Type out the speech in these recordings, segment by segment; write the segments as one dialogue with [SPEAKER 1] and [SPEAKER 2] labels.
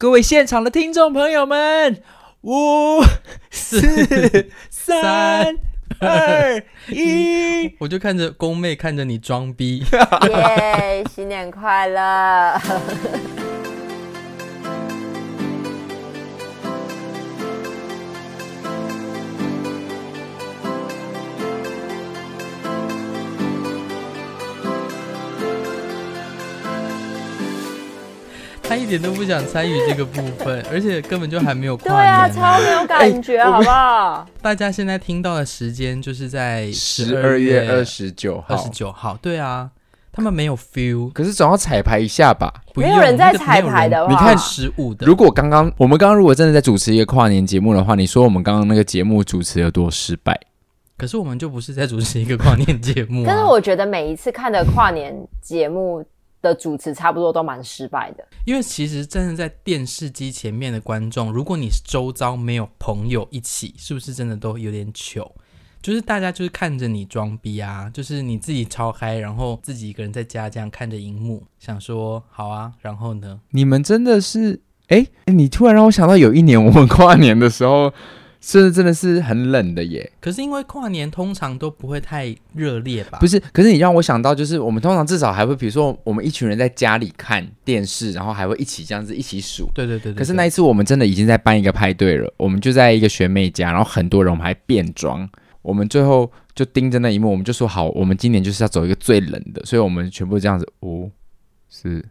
[SPEAKER 1] 各位现场的听众朋友们，五、四、三、二、一，
[SPEAKER 2] 我就看着宫妹看着你装 逼，
[SPEAKER 3] 耶！新年快乐！
[SPEAKER 2] 她一点都不想参与这个部分，而且根本就还没有
[SPEAKER 3] 对
[SPEAKER 2] 跨
[SPEAKER 3] 啊，
[SPEAKER 2] 年啊、
[SPEAKER 3] 超没有感觉，
[SPEAKER 1] 哎我们
[SPEAKER 3] 好不好？
[SPEAKER 2] 大家现在听到的时间就是在
[SPEAKER 1] 十
[SPEAKER 2] 二
[SPEAKER 1] 二月二
[SPEAKER 2] 二
[SPEAKER 1] 十九
[SPEAKER 2] 二十
[SPEAKER 1] 号。
[SPEAKER 2] 九号，对啊，他们没有 feel，
[SPEAKER 1] 可是总要彩排一下吧。
[SPEAKER 2] 不
[SPEAKER 3] 没
[SPEAKER 2] 用
[SPEAKER 3] 有人在
[SPEAKER 2] 那个
[SPEAKER 3] 彩
[SPEAKER 2] 没有
[SPEAKER 3] 排
[SPEAKER 2] 人
[SPEAKER 3] 的
[SPEAKER 2] 你
[SPEAKER 3] 话
[SPEAKER 2] 看十五的
[SPEAKER 1] 如，果刚刚我们刚刚如果真的在主持一个跨年节目的话，你说我们刚刚那个节目主持有多失败？
[SPEAKER 2] 可是我们就不是在主持一个跨年节目、啊，
[SPEAKER 3] 但是我觉得每一次看的跨年节目的主持，差不多都蛮失败的。
[SPEAKER 2] 因为其实真的在电视机前面的观众，如果你是周遭没有朋友一起，是不是真的都有点糗？就是大家就是看着你装逼啊，就是你自己超嗨，然后自己一个人在家这样看着荧幕，想说好啊，然后呢？
[SPEAKER 1] 你们真的是，哎、你突然让我想到有一年我们跨年的时候，是真的是很冷的耶。
[SPEAKER 2] 可是因为跨年通常都不会太热烈吧？
[SPEAKER 1] 不
[SPEAKER 2] 是，
[SPEAKER 1] 是，可是你让我想到，就是我们通常至少还会，比如说我们一群人在家里看电视，然后还会一起这样子一起数。
[SPEAKER 2] 对对对对
[SPEAKER 1] 可是那一次我们真的已经在办一个派对了，我们就在一个学妹家，然后很多人，我们还变装，我们最后就盯着那一幕，我们就说好，我们今年就是要走一个最冷的，所以我们全部这样子，五、四、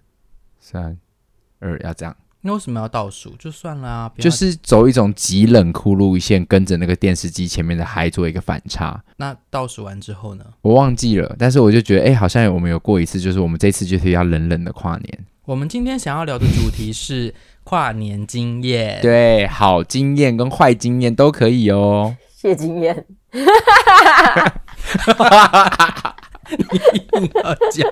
[SPEAKER 1] 三、啊二，要这样，
[SPEAKER 2] 那为什么要倒数？就算了啊，不要
[SPEAKER 1] 就是走一种极冷酷路线，跟着那个电视机前面的嗨做一个反差。
[SPEAKER 2] 那倒数完之后呢？
[SPEAKER 1] 我忘记了，但是我就觉得，哎、好像有我们有过一次，就是我们这次就是要冷冷的跨年。
[SPEAKER 2] 我们今天想要聊的主题是跨年经验。
[SPEAKER 1] 对，好经验跟坏经验都可以哦。
[SPEAKER 3] 谢金燕，
[SPEAKER 2] 硬要讲。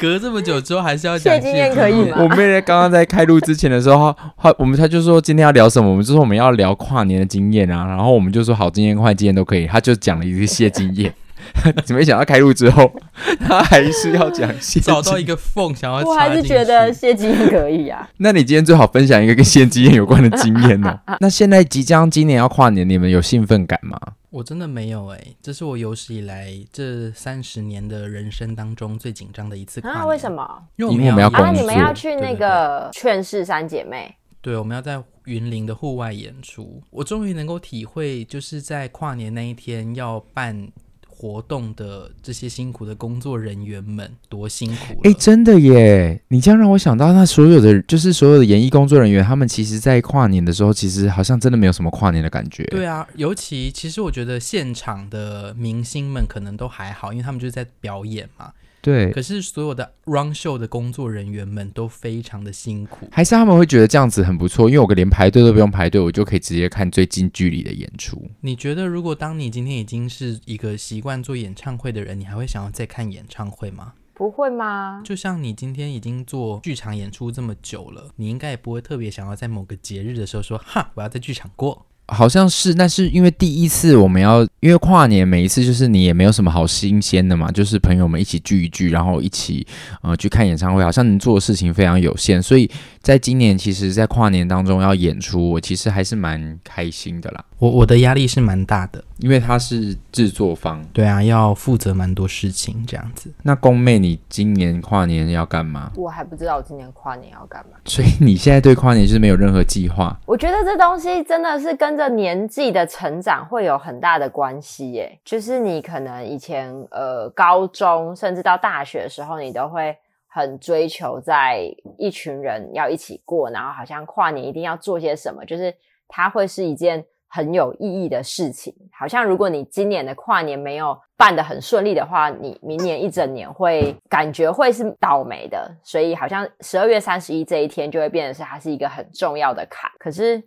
[SPEAKER 2] 隔这么久之后还是要讲
[SPEAKER 3] 谢金燕可以吗
[SPEAKER 1] 我妹在刚刚在开录之前的时候，她她我们她就说今天要聊什么，我们就说我们要聊跨年的经验啊，然后我们就说好经验坏经验都可以，她就讲了一些经 验。没想到开录之后， 她还是要讲谢
[SPEAKER 2] 找到一
[SPEAKER 1] 经
[SPEAKER 2] 个缝想要
[SPEAKER 3] 我
[SPEAKER 2] 插
[SPEAKER 3] 还
[SPEAKER 2] 进
[SPEAKER 3] 是
[SPEAKER 2] 去。
[SPEAKER 3] 觉得谢金燕可 以啊。
[SPEAKER 1] 那你今天最好分享一个跟谢经验有关的经验哦。那现在即将今年要跨年，你们有兴奋感吗？
[SPEAKER 2] 我真的没有哎、这是我有史以来这三十年的人生当中最紧张的一次跨年。
[SPEAKER 3] 啊，为什？么？
[SPEAKER 2] 因为
[SPEAKER 1] 因为我们要
[SPEAKER 2] 演
[SPEAKER 3] 啊，
[SPEAKER 1] 工
[SPEAKER 3] 你
[SPEAKER 1] 作
[SPEAKER 3] 们要去那个劝世三姐妹，
[SPEAKER 2] 对，我们要在云林的户外演出。我终于能够体会，就是在跨年那一天要办活动的这些辛苦的工作人员们多辛苦了。
[SPEAKER 1] 哎、真的耶！你这样让我想到，那所有的就是所有的演艺工作人员，他们其实在跨年的时候，其实好像真的没有什么跨年的感觉。
[SPEAKER 2] 对啊，尤其其实我觉得现场的明星们可能都还好，因为他们就是在表演嘛。
[SPEAKER 1] 对，
[SPEAKER 2] 可是所有的 run show 的工作人员们都非常的辛苦，
[SPEAKER 1] 还是他们会觉得这样子很不错，因为我连排队都不用排队，我就可以直接看最近距离的演出。
[SPEAKER 2] 你觉得，如果当你今天已经是一个习惯做演唱会的人，你还会想要再看演唱会吗？
[SPEAKER 3] 不会吗？
[SPEAKER 2] 就像你今天已经做剧场演出这么久了，你应该也不会特别想要在某个节日的时候说，哈，我要在剧场过。
[SPEAKER 1] 好像是，但是因为第一次我们要，因为跨年每一次就是你也没有什么好新鲜的嘛，就是朋友们一起聚一聚，然后一起呃去看演唱会，好像能做的事情非常有限，所以在今年其实，在跨年当中要演出，我其实还是蛮开心的啦，
[SPEAKER 2] 我我的压力是蛮大的，
[SPEAKER 1] 因为他是制作方。
[SPEAKER 2] 对啊，要负责蛮多事情这样子。
[SPEAKER 1] 那宫妹，你今年跨年要干嘛？
[SPEAKER 3] 我还不知道我今年跨年要干嘛。
[SPEAKER 1] 所以你现在对跨年就是没有任何计划，
[SPEAKER 3] 我觉得这东西真的是跟着年纪的成长会有很大的关系耶。就是你可能以前呃高中甚至到大学的时候，你都会很追求在一群人要一起过，然后好像跨年一定要做些什么，就是它会是一件很有意义的事情。好像如果你今年的跨年没有办得很顺利的话，你明年一整年会感觉会是倒霉的。所以好像十二月三十一这一天就会变得是它是一个很重要的坎。可是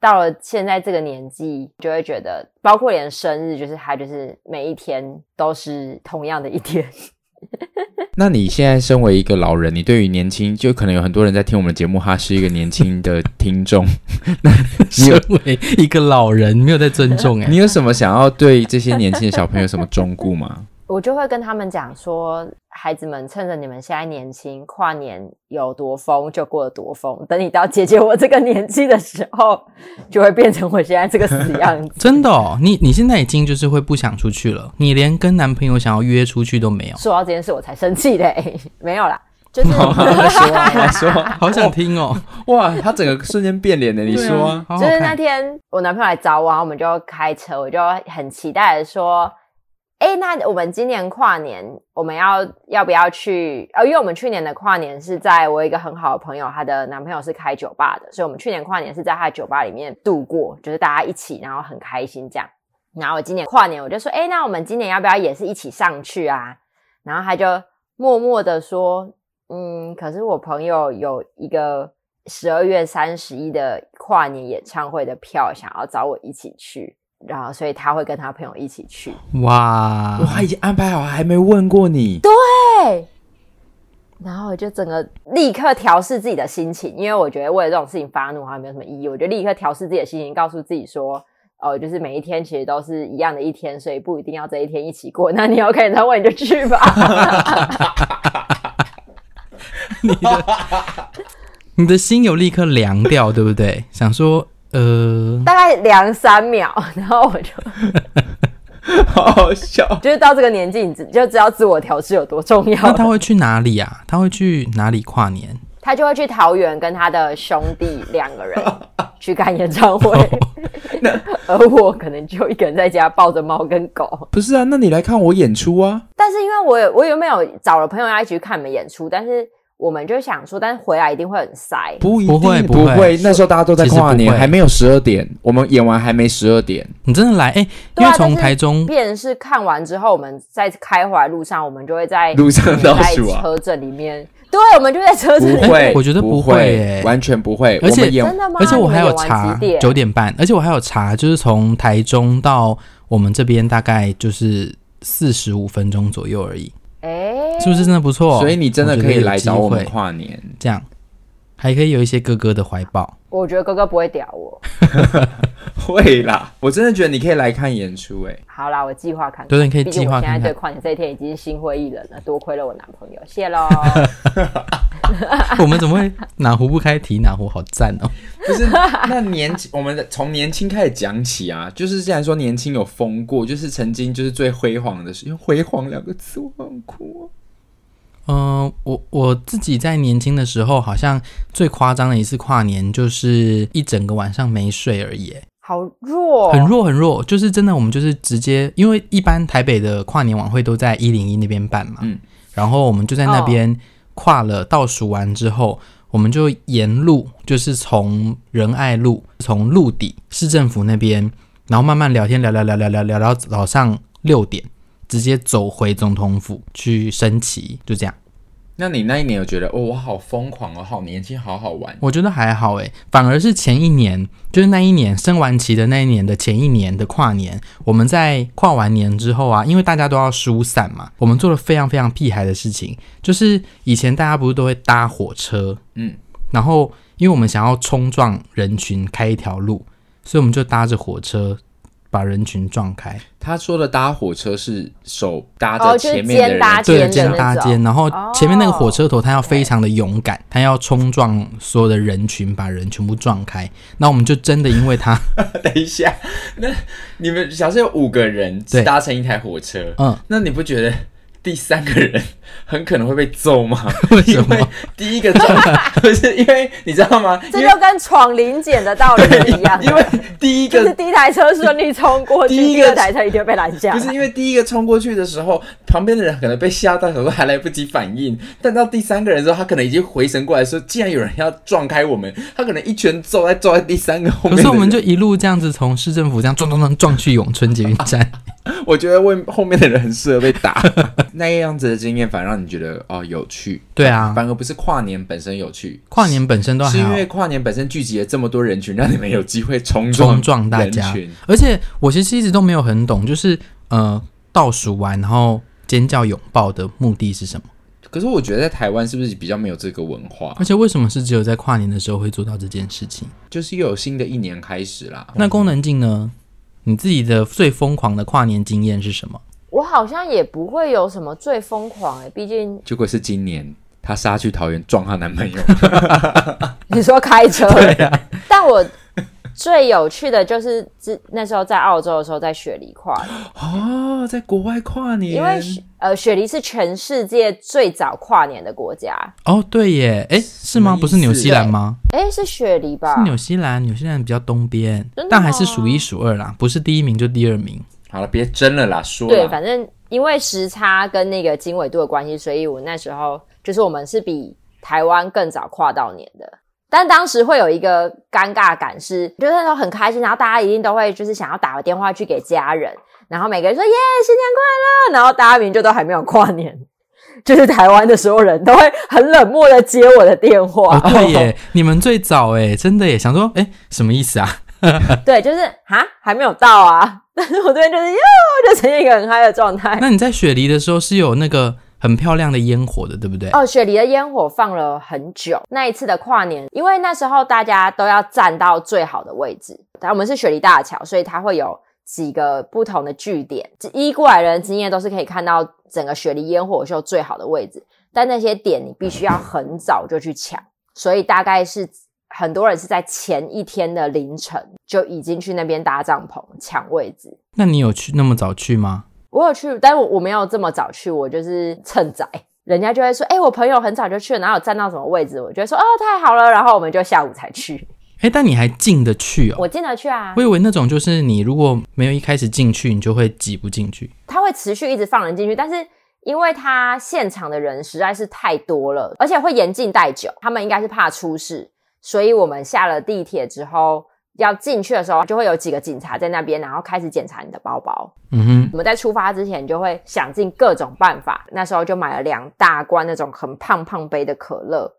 [SPEAKER 3] 到了现在这个年纪，就会觉得，包括连生日，就是它就是每一天都是同样的一天。
[SPEAKER 1] 那你现在身为一个老人，你对于年轻，就可能有很多人在听我们的节目，他是一个年轻的听 众， 你
[SPEAKER 2] 身
[SPEAKER 1] 有
[SPEAKER 2] 为 一个老人，没有在尊重哎、
[SPEAKER 1] 你有什么想要对这些年轻的小朋友有什么忠告吗？
[SPEAKER 3] 我就会跟他们讲说，孩子们，趁着你们现在年轻，跨年有多疯就过得多疯。等你到姐姐我这个年纪的时候，就会变成我现在这个死样子。，
[SPEAKER 2] 真的哦，你你现在已经就是会不想出去了，你连跟男朋友想要约出去都没有
[SPEAKER 3] 说到这件事，我才生气嘞、没有啦，就是
[SPEAKER 1] 好啊，来说啊，来说啊，
[SPEAKER 2] 好想听哦。
[SPEAKER 1] 哇，他整个瞬间变脸了，你说啊？
[SPEAKER 2] 好好
[SPEAKER 3] 就是那
[SPEAKER 2] 看，
[SPEAKER 3] 天我男朋友来找我，然后我们就开车，我就很期待的说：“哎、那我们今年跨年我们要要不要去？呃，因为我们去年的跨年是在我有一个很好的朋友，她的男朋友是开酒吧的，所以我们去年跨年是在他的酒吧里面度过，就是大家一起，然后很开心这样。然后我今年跨年我就说：哎、那我们今年要不要也是一起上去啊？然后他就默默的说：嗯，可是我朋友有一个十二月三十一的跨年演唱会的票，想要找我一起去，然后所以他会跟他朋友一起去。
[SPEAKER 2] 哇
[SPEAKER 1] 哇，已经安排好，还没问过 你。
[SPEAKER 3] 对，然后我就整个立刻调试自己的心情，因为我觉得为了这种事情发怒好像没有什么意义，我就立刻调试自己的心情，告诉自己说。哦，就是每一天其实都是一样的一天，所以不一定要这一天一起过。 那你 OK 演唱会你就去吧。
[SPEAKER 2] 你的心有立刻凉掉，对不对？想说，呃，
[SPEAKER 3] 大概量三秒， 然后我就
[SPEAKER 1] 好好笑。
[SPEAKER 3] 就是到这个年纪，你只就知道自我调试有多重要
[SPEAKER 2] 那
[SPEAKER 3] 了。
[SPEAKER 2] 他会去哪里啊？他会去哪里跨年？
[SPEAKER 3] 他就会去桃园跟他的兄弟两 个人去看演唱会，
[SPEAKER 1] 哦
[SPEAKER 3] 而我可能就一个人在家抱着猫跟狗。
[SPEAKER 1] 不是啊，那你来看我演出啊？
[SPEAKER 3] 但是因为我有我原本有找了朋友要一起去看你们演出，但是我们就想说，但是回来一定会很塞。
[SPEAKER 1] 不一定，
[SPEAKER 2] 不会不
[SPEAKER 1] 不
[SPEAKER 2] 会
[SPEAKER 1] 那时候大家都在跨
[SPEAKER 2] 其实
[SPEAKER 1] 年，
[SPEAKER 2] 不会
[SPEAKER 1] 还没有十二点，我们演完还没十二点。
[SPEAKER 2] 你真的来？哎、
[SPEAKER 3] 对
[SPEAKER 2] 因
[SPEAKER 3] 啊
[SPEAKER 2] 为从
[SPEAKER 3] 但是
[SPEAKER 2] 台中，
[SPEAKER 3] 变成是看完之后，我们在开回来路上，我们就会在
[SPEAKER 1] 路上倒
[SPEAKER 3] 在
[SPEAKER 1] 数啊
[SPEAKER 3] 车阵里面，对，我们就在车阵
[SPEAKER 1] 不
[SPEAKER 3] 里面。
[SPEAKER 1] 会，
[SPEAKER 2] 哎我觉得
[SPEAKER 1] 不
[SPEAKER 2] 不
[SPEAKER 1] 会，
[SPEAKER 2] 会耶
[SPEAKER 1] 完全不会。
[SPEAKER 2] 而且
[SPEAKER 1] 我们演
[SPEAKER 3] 真的吗？
[SPEAKER 2] 而且我还有
[SPEAKER 3] 你们演完
[SPEAKER 2] 查
[SPEAKER 3] 几点
[SPEAKER 2] 九点半，而且我还有查，就是从台中到我们这边大概就是四十五分钟左右而已，
[SPEAKER 3] 哎，
[SPEAKER 2] 是不是真的不错？
[SPEAKER 1] 所以你真的
[SPEAKER 2] 哦我觉
[SPEAKER 1] 可
[SPEAKER 2] 得
[SPEAKER 1] 以
[SPEAKER 2] 有
[SPEAKER 1] 来
[SPEAKER 2] 机
[SPEAKER 1] 找我们
[SPEAKER 2] 会
[SPEAKER 1] 跨年。
[SPEAKER 2] 这样，还可以有一些哥哥的怀抱。
[SPEAKER 3] 我觉得哥哥不会屌我。
[SPEAKER 1] 会啦，我真的觉得你可以来看演出哎诶、
[SPEAKER 3] 好啦，我计划看看。
[SPEAKER 2] 对你可以
[SPEAKER 3] 毕竟
[SPEAKER 2] 计划
[SPEAKER 3] 我现在
[SPEAKER 2] 看看
[SPEAKER 3] 对跨年这一天已经心灰意冷了，多亏了我男朋友，谢喽。
[SPEAKER 2] 我们怎么会哪壶不开提哪壶？好赞哦！
[SPEAKER 1] 不是，那年轻我们的从年轻开始讲起啊，就是既然说年轻有疯过，就是曾经就是最辉煌的时候，因为辉煌两个字我很啊酷、
[SPEAKER 2] 嗯、我我自己在年轻的时候，好像最夸张的一次跨年，就是一整个晚上没睡而已，
[SPEAKER 3] 好弱，哦
[SPEAKER 2] 很。弱很弱，就是真的，我们就是直接，因为一般台北的跨年晚会都在一零一那边办嘛，
[SPEAKER 1] 嗯
[SPEAKER 2] 然后我们就在那边跨了倒数完之后，我们就沿路就是从仁爱路从路底市政府那边，然后慢慢聊天聊聊聊聊聊聊到早上六点，直接走回总统府去升旗，就这样。
[SPEAKER 1] 那你那一年有觉得哦，我好疯狂哦，好年轻，好好玩，
[SPEAKER 2] 我觉得还好诶，反而是前一年，就是那一年升完旗的那一年的前一年的跨年，我们在跨完年之后啊，因为大家都要疏散嘛，我们做了非常非常屁孩的事情，就是以前大家不是都会搭火车，
[SPEAKER 1] 嗯，
[SPEAKER 2] 然后因为我们想要冲撞人群开一条路，所以我们就搭着火车把人群撞开，
[SPEAKER 1] 他说的搭火车是手搭着
[SPEAKER 3] 哦就是
[SPEAKER 1] 前面的
[SPEAKER 3] 肩
[SPEAKER 1] 人，
[SPEAKER 3] 搭
[SPEAKER 2] 对，
[SPEAKER 3] 肩的那
[SPEAKER 2] 搭
[SPEAKER 3] 种
[SPEAKER 2] 肩，然后
[SPEAKER 3] 哦
[SPEAKER 2] 前面那个火车头，他要非常的勇敢，他要冲撞所有的人群，把人全部撞开。那我们就真的因为他，
[SPEAKER 1] 等一下，那你们假设有五个人
[SPEAKER 2] 对
[SPEAKER 1] 搭乘一台火车，
[SPEAKER 2] 嗯，
[SPEAKER 1] 那你不觉得第三个人很可能会被揍吗？
[SPEAKER 2] 为什么
[SPEAKER 1] 因为第一个撞，不是因为你知道吗？因
[SPEAKER 3] 这
[SPEAKER 1] 为
[SPEAKER 3] 就跟闯零检的道理一样，
[SPEAKER 1] 因为 第一
[SPEAKER 3] 就是
[SPEAKER 1] 个。
[SPEAKER 3] 第一台车顺利冲过去，
[SPEAKER 1] 第一
[SPEAKER 3] 第
[SPEAKER 1] 个
[SPEAKER 3] 二台车一定会被拦下
[SPEAKER 1] 不
[SPEAKER 3] 来。
[SPEAKER 1] 是因为第一个冲过去的时候，旁边的人可能被吓到，想说还来不及反应。但到第三个人的时候，他可能已经回神过来说，既然有人要撞开我们，他可能一拳揍在揍在第三个后面的人。
[SPEAKER 2] 可是我们就一路这样子从市政府这样撞撞撞撞去永春捷运 站，
[SPEAKER 1] 我觉得为后面的人很适合被 打，那样子的经验反而让你觉得哦有趣。
[SPEAKER 2] 对啊
[SPEAKER 1] 反而不是跨年本身有趣，
[SPEAKER 2] 跨年本身都
[SPEAKER 1] 是
[SPEAKER 2] 还
[SPEAKER 1] 因
[SPEAKER 2] 好。
[SPEAKER 1] 为跨年本身聚集了这么多人群，让你们有机会冲
[SPEAKER 2] 冲撞大
[SPEAKER 1] 人
[SPEAKER 2] 家
[SPEAKER 1] 群。
[SPEAKER 2] 而且我其实一直都没有很懂，就是呃倒数完然后尖叫拥抱的目的是什么？
[SPEAKER 1] 可是我觉得在台湾是不是比较没有这个文化
[SPEAKER 2] 而？且为什么是只有在跨年的时候会做到这件事情？
[SPEAKER 1] 就是又有新的一年开始啦。
[SPEAKER 2] 那功能镜呢？你自己的最疯狂的跨年经验是什么？
[SPEAKER 3] 我好像也不会有什么最疯狂哎、毕竟
[SPEAKER 1] 结果是今年她杀去桃园撞她男朋 友，
[SPEAKER 3] 你说开车，
[SPEAKER 1] 呀、
[SPEAKER 3] 但我最有趣的就是之那时候在澳洲的时候，在雪梨跨年，
[SPEAKER 1] 哦，在国外跨年，
[SPEAKER 3] 因为雪呃雪梨是全世界最早跨年的国家，
[SPEAKER 2] 哦，对耶，哎，是吗？
[SPEAKER 1] 什么意思
[SPEAKER 2] 不是纽西兰吗？
[SPEAKER 3] 哎，是雪梨吧
[SPEAKER 2] 是？纽西兰，纽西兰比较东边
[SPEAKER 3] 真的，吗
[SPEAKER 2] 但还是数一数二啦，不是第一名就第二名。
[SPEAKER 1] 好了，别争了啦，说
[SPEAKER 3] 对，
[SPEAKER 1] 啦，
[SPEAKER 3] 反正因为时差跟那个经纬度的关系，所以我那时候就是我们是比台湾更早跨到年的。但当时会有一个尴尬感是，就是那时候很开心，然后大家一定都会就是想要打个电话去给家人，然后每个人说耶新年快乐，然后大家明明就都还没有跨年，就是台湾的所有人都会很冷漠的接我的电话，
[SPEAKER 2] 哦，对 耶，你们最早哎，真的耶，想说哎，什么意思啊？
[SPEAKER 3] 对，就是啊还没有到啊， 但是我这边就是哟，就呈现一个很嗨的状态。
[SPEAKER 2] 那你在雪梨的时候是有那个很漂亮的烟火的，对不对？
[SPEAKER 3] 哦，雪梨的烟火放了很久。那一次的跨年，因为那时候大家都要站到最好的位置，然后我们是雪梨大桥，所以它会有几个不同的据点。依过来人的经验都是可以看到整个雪梨烟火秀最好的位置，但那些点你必须要很早就去抢，所以大概是。很多人是在前一天的凌晨就已经去那边搭帐篷抢位置。
[SPEAKER 2] 那你有去那么早去吗？
[SPEAKER 3] 我有去，但我我没有这么早去，我就是趁早。人家就会说：“哎、我朋友很早就去了，然后有站到什么位置？”我就会说：“哦，太好了。”然后我们就下午才去。
[SPEAKER 2] 哎，但你还进得去哦。
[SPEAKER 3] 我进得去啊
[SPEAKER 2] 我，以为那种就是你如果没有一开始进去，你就会挤不进去。
[SPEAKER 3] 他会持续一直放人进去，但是因为他现场的人实在是太多了，而且会严禁带酒，他们应该是怕出事，所以我们下了地铁之后要进去的时候，就会有几个警察在那边，然后开始检查你的包包。
[SPEAKER 2] 嗯哼，
[SPEAKER 3] 我们在出发之前就会想尽各种办法，那时候就买了两大罐那种很胖胖杯的可乐，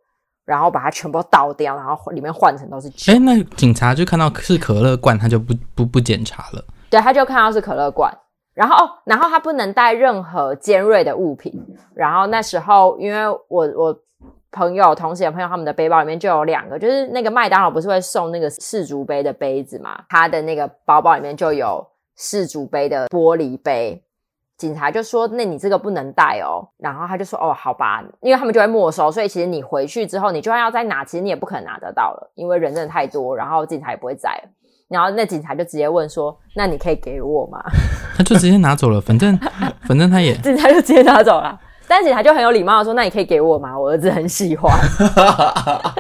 [SPEAKER 3] 然后把它全部倒掉，然后里面换成都是酒。
[SPEAKER 2] 哎，那警察就看到是可乐罐，他就不不不检查了。
[SPEAKER 3] 对，他就看到是可乐罐，然后哦，然后他不能带任何尖锐的物品。然后那时候因为我我朋友同事的朋友他们的背包里面就有两个，就是那个麦当劳不是会送那个世足杯的杯子嘛，他的那个包包里面就有世足杯的玻璃杯。警察就说：“那你这个不能带哦。”然后他就说：“哦，好吧，因为他们就会没收，所以其实你回去之后，你就算要再拿，其实你也不可能拿得到了，因为人真的太多，然后警察也不会在了。”然后那警察就直接问说：“那你可以给我吗
[SPEAKER 2] 他就直接拿走了，反正反正他也？”
[SPEAKER 3] 警察就直接拿走了。但警察就很有礼貌的说：“那你可以给我吗？我儿子很喜欢。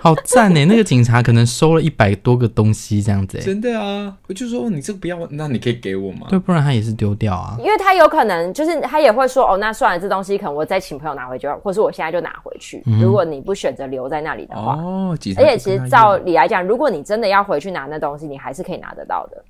[SPEAKER 2] 好赞呢。那个警察可能收了一百多个东西这样子欸，
[SPEAKER 1] 真的啊，我就说你这个不要，那你可以给我吗？
[SPEAKER 2] 对，不然他也是丢掉啊”。
[SPEAKER 3] 因为他有可能就是他也会说：“哦，那算了，这东西可能我再请朋友拿回去，或是我现在就拿回去。如果你不选择留在那里的话，
[SPEAKER 1] 哦，警察
[SPEAKER 3] 而
[SPEAKER 1] 就
[SPEAKER 3] 且
[SPEAKER 1] 跟
[SPEAKER 3] 其
[SPEAKER 1] 他
[SPEAKER 3] 实照
[SPEAKER 1] 要
[SPEAKER 3] 理来讲，如果你真的要回去拿那东西，你还是可以拿得到的。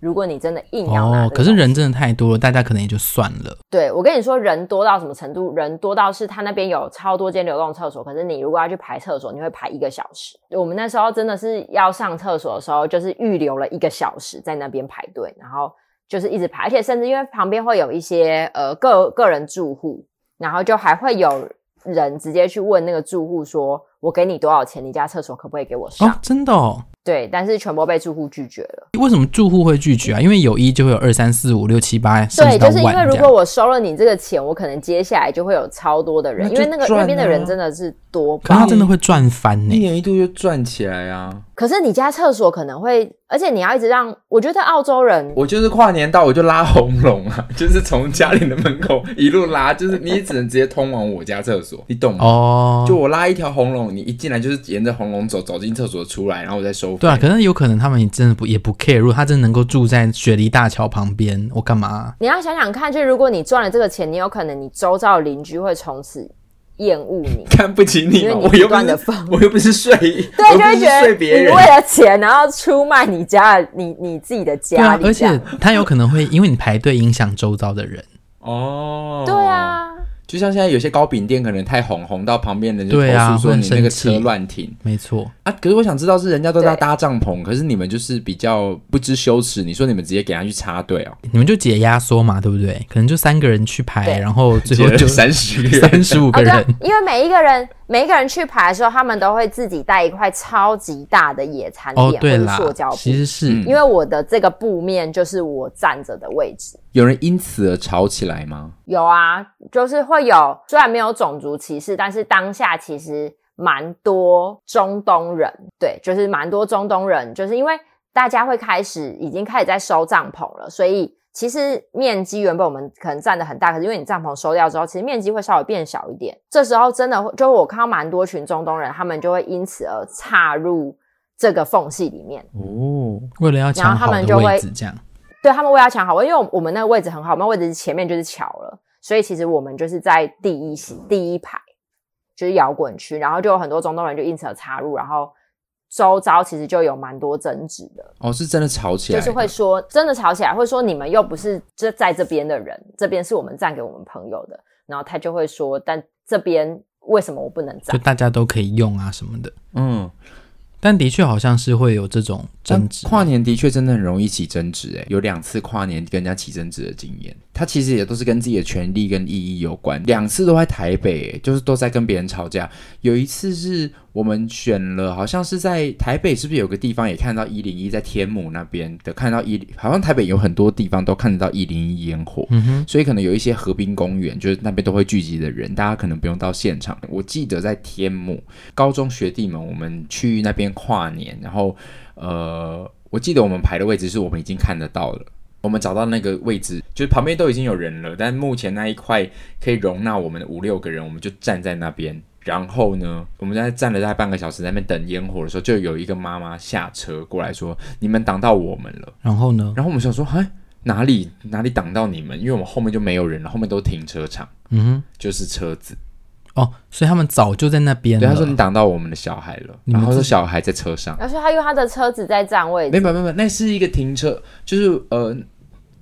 [SPEAKER 3] 如果你真的硬要
[SPEAKER 2] 哦
[SPEAKER 3] 拿这个东西，，
[SPEAKER 2] 可是人真的太多了，大家可能也就算了。
[SPEAKER 3] 对我跟你说，人多到什么程度？人多到是他那边有超多间流动厕所，可是你如果要去排厕所，你会排一个小时。我们那时候真的是要上厕所的时候，就是预留了一个小时在那边排队，然后就是一直排，而且甚至因为旁边会有一些呃个个人住户，然后就还会有人直接去问那个住户说：“我给你多少钱？你家厕所可不可以给我上？”
[SPEAKER 2] 哦，真的哦？
[SPEAKER 3] 对，但是全部被住户拒绝了。
[SPEAKER 2] 为什么住户会拒绝啊？因为有一就会有二三四五六七八，甚
[SPEAKER 3] 对，
[SPEAKER 2] 至到
[SPEAKER 3] 就是因
[SPEAKER 2] 万
[SPEAKER 3] 为
[SPEAKER 2] 这
[SPEAKER 3] 如
[SPEAKER 2] 样
[SPEAKER 3] 果。我收了你这个钱，我可能接下来就会有超多的人，
[SPEAKER 1] 那
[SPEAKER 3] 因
[SPEAKER 1] 就
[SPEAKER 3] 为那个
[SPEAKER 1] 赚啊
[SPEAKER 3] 那边的人真的是多
[SPEAKER 2] 可是
[SPEAKER 3] 爆
[SPEAKER 2] 他。真的会赚翻
[SPEAKER 1] 一
[SPEAKER 3] 嗯
[SPEAKER 2] 呢。
[SPEAKER 1] 年一度就赚起来啊！
[SPEAKER 3] 可是你家厕所可能会，而且你要一直让，我觉得澳洲人
[SPEAKER 1] 我就是跨年到我就拉红龙啊，就是从家里的门口一路拉，就是你也只能直接通往我家厕所，你懂吗？
[SPEAKER 2] 哦，
[SPEAKER 1] 就我拉一条红龙，你一进来就是沿着红龙走，走进厕所出来，然后我再收费。，
[SPEAKER 2] 对啊，可能有可能他们也真的不也不 care，如果他真的能够住在雪梨大桥旁边，我干嘛啊、
[SPEAKER 3] 你要想想看，就如果你赚了这个钱，你有可能你周遭的邻居会从此厌 恶你
[SPEAKER 1] 看不起你
[SPEAKER 3] 因为
[SPEAKER 1] 嘛，
[SPEAKER 3] 你
[SPEAKER 1] 我又
[SPEAKER 3] 不
[SPEAKER 1] 不
[SPEAKER 3] 断地
[SPEAKER 1] 是
[SPEAKER 3] 放
[SPEAKER 1] 我又不是睡衣，
[SPEAKER 3] 对，
[SPEAKER 1] 我又
[SPEAKER 3] 就
[SPEAKER 1] 不
[SPEAKER 3] 会
[SPEAKER 1] 是
[SPEAKER 3] 觉得
[SPEAKER 1] 睡别
[SPEAKER 3] 你
[SPEAKER 1] 人
[SPEAKER 3] 为。了钱，然后出卖你家的你你自己的
[SPEAKER 2] 对
[SPEAKER 3] 家
[SPEAKER 2] 啊，
[SPEAKER 3] 里
[SPEAKER 2] 而
[SPEAKER 3] 这样，
[SPEAKER 2] 且他有可能会因为你排队影响周遭的人。
[SPEAKER 1] 哦，
[SPEAKER 3] 对，啊，
[SPEAKER 1] 就像现在有些糕饼店可能太红，红到旁边人就投
[SPEAKER 2] 对啊
[SPEAKER 1] 诉说
[SPEAKER 2] 会很
[SPEAKER 1] 你那个
[SPEAKER 2] 生气
[SPEAKER 1] 车乱停
[SPEAKER 2] 没错，
[SPEAKER 1] 啊。可是我想知道是人家都在
[SPEAKER 3] 对
[SPEAKER 1] 搭帐篷，可是你们就是比较不知羞耻，你说你们直接给他去插队哦，
[SPEAKER 2] 你们就解压缩嘛，对不对？可能就三个人去排，
[SPEAKER 3] 对
[SPEAKER 2] 然后最后
[SPEAKER 1] 就
[SPEAKER 2] 就
[SPEAKER 1] 三十个人
[SPEAKER 2] 三十五
[SPEAKER 3] 哦
[SPEAKER 2] 个
[SPEAKER 3] 对啊
[SPEAKER 2] 人。，
[SPEAKER 3] 因为每一个人每一个人去爬的时候，他们都会自己带一块超级大的野餐垫、
[SPEAKER 2] 哦，
[SPEAKER 3] 或
[SPEAKER 2] 对
[SPEAKER 3] 者
[SPEAKER 2] 啦
[SPEAKER 3] 塑胶，
[SPEAKER 2] 其
[SPEAKER 3] 布。
[SPEAKER 2] 实是、
[SPEAKER 1] 嗯
[SPEAKER 3] 因为我的这个布面就是我站着的位置，
[SPEAKER 1] 有人因此而吵起来吗？
[SPEAKER 3] 有啊，就是会有，虽然没有种族歧视，但是当下其实蛮多中东人，对，就是蛮多中东人，就是因为大家会开始已经开始在收帐篷了，所以其实面积原本我们可能占的很大，可是因为你帐篷收掉之后，其实面积会稍微变小一点。这时候真的会，就我看到蛮多群中东人，他们就会因此而踏入这个缝隙里面。
[SPEAKER 1] 哦，
[SPEAKER 2] 为了要
[SPEAKER 3] 然
[SPEAKER 2] 抢
[SPEAKER 3] 后他
[SPEAKER 2] 好
[SPEAKER 3] 们
[SPEAKER 2] 的
[SPEAKER 3] 就会
[SPEAKER 2] 位置，这样
[SPEAKER 3] 对他们为了抢好位，因为我我们那个位置很好，我们位置前面就是桥了，所以其实我们就是在第一席第一排，就是摇滚区，然后就有很多中东人就因此而插入，然后周遭其实就有蛮多争执的，
[SPEAKER 1] 哦，是真的吵起
[SPEAKER 3] 就
[SPEAKER 1] 来的，
[SPEAKER 3] 是会说真的吵起来，会说你们又不是这在这边的人，这边是我们站给我们朋友的，然后他就会说，但这边为什么我不能
[SPEAKER 2] 就
[SPEAKER 3] 站？
[SPEAKER 2] 大家都可以用啊什么的。
[SPEAKER 1] 嗯，
[SPEAKER 2] 但的确好像是会有这种
[SPEAKER 1] 但
[SPEAKER 2] 争执，
[SPEAKER 1] 跨年的确真的很容易起争执，哎，有两次跨年跟人家起争执的经验，他其实也都是跟自己的权利跟意义有关，两次都在台北，哎就是都在跟别人吵架。有一次是我们选了，好像是在台北，是不是有个地方也看到一零一在天母那边的，看到一，好像台北有很多地方都看得到一零一烟火，
[SPEAKER 2] 嗯哼，
[SPEAKER 1] 所以可能有一些河滨公园，就是那边都会聚集的人，大家可能不用到现场。我记得在天母，高中学弟们我们去那边跨年，然后呃，我记得我们排的位置是我们已经看得到了。我们找到那个位置，就是旁边都已经有人了，但目前那一块可以容纳我们五六个人，我们就站在那边。然后呢，我们在站了大概半个小时，在那边等烟火的时候，就有一个妈妈下车过来说：“你们挡到我们了。”
[SPEAKER 2] 然后呢，
[SPEAKER 1] 然后我们想说，哎，哪里哪里挡到你们？因为我们后面就没有人了，后面都停车场，
[SPEAKER 2] 嗯
[SPEAKER 1] 就是车子。
[SPEAKER 2] 哼，哦，所以他们早就在那边
[SPEAKER 1] 对，
[SPEAKER 2] 了。
[SPEAKER 1] 他说你挡到我们的小孩了，
[SPEAKER 2] 你
[SPEAKER 1] 然
[SPEAKER 2] 们
[SPEAKER 1] 后
[SPEAKER 2] 自
[SPEAKER 1] 说
[SPEAKER 2] 己
[SPEAKER 1] 小孩在车上，
[SPEAKER 3] 然后说他用他的车子在占位置嗯
[SPEAKER 1] 没有没有没有，那是一个停车，就是呃，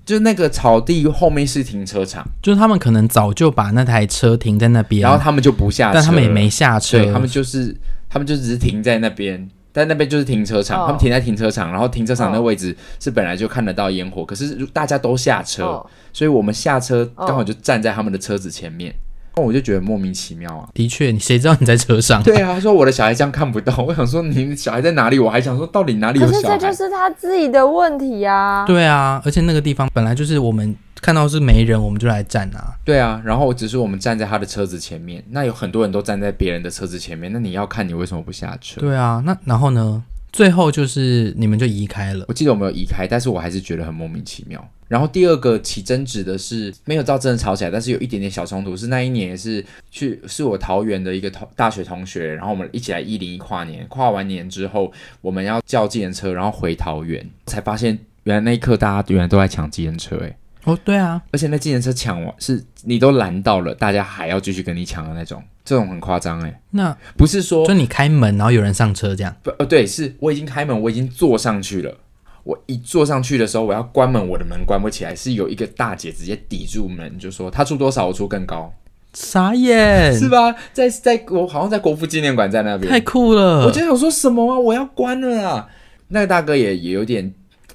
[SPEAKER 1] 就是那个草地后面是停车场，
[SPEAKER 2] 就是他们可能早就把那台车停在那边，
[SPEAKER 1] 然后他们就不下车，
[SPEAKER 2] 但他们也没，下车，
[SPEAKER 1] 对他们就是他们就只是停在那边。但那边就是停车场
[SPEAKER 3] 哦
[SPEAKER 1] 他们停在停车场，然后停车场那
[SPEAKER 3] 哦
[SPEAKER 1] 位置是本来就看得到烟火可是如大家都下车
[SPEAKER 3] 哦
[SPEAKER 1] 所以我们下车
[SPEAKER 3] 哦
[SPEAKER 1] 刚好就站在他们的车子前面，那、我就觉得莫名其妙啊。
[SPEAKER 2] 的确，你谁知道你在车上？
[SPEAKER 1] 对啊，他说我的小孩这样看不到，我想说你小孩在哪里？我还想说到底哪里有
[SPEAKER 3] 可是
[SPEAKER 1] 小孩？
[SPEAKER 3] 这就是他自己的问题啊。。
[SPEAKER 2] 对啊，而且那个地方本来就是我们看到是没人，我们就来站啊。
[SPEAKER 1] 对啊，然后只是我们站在他的车子前面，那有很多人都站在别人的车子前面，那你要看你为什么不下车？
[SPEAKER 2] 对啊，那然后呢？最后就是你们就移开了，
[SPEAKER 1] 我记得我没有移开，但是我还是觉得很莫名其妙。然后第二个起争执的是没有到真的吵起来，但是有一点点小冲突。是那一年也是去是我桃园的一个同大学同学，然后我们一起来一零一跨年，跨完年之后我们要叫计程车，然后回桃园，才发现原来那一刻大家原来都在抢计程车、欸，
[SPEAKER 2] 哦，对啊，
[SPEAKER 1] 而且那计程车抢完是你都拦到了，大家还要继续跟你抢的那种，这种很夸张哎、
[SPEAKER 2] 那
[SPEAKER 1] 不是说
[SPEAKER 2] 就你开门，然后有人上车这样，
[SPEAKER 1] 不，呃，对，是我已经开门，我已经坐上去了。我一坐上去的时候，我要关门，我的门关不起来，是有一个大姐直接抵住门，就说她出多少，我出更高，
[SPEAKER 2] 傻眼，
[SPEAKER 1] 是吧？在在我好像在国父纪念馆在那边，
[SPEAKER 2] 嗯太酷了
[SPEAKER 1] 我，就想说什么啊，我要关了啊！那个大哥也也有点，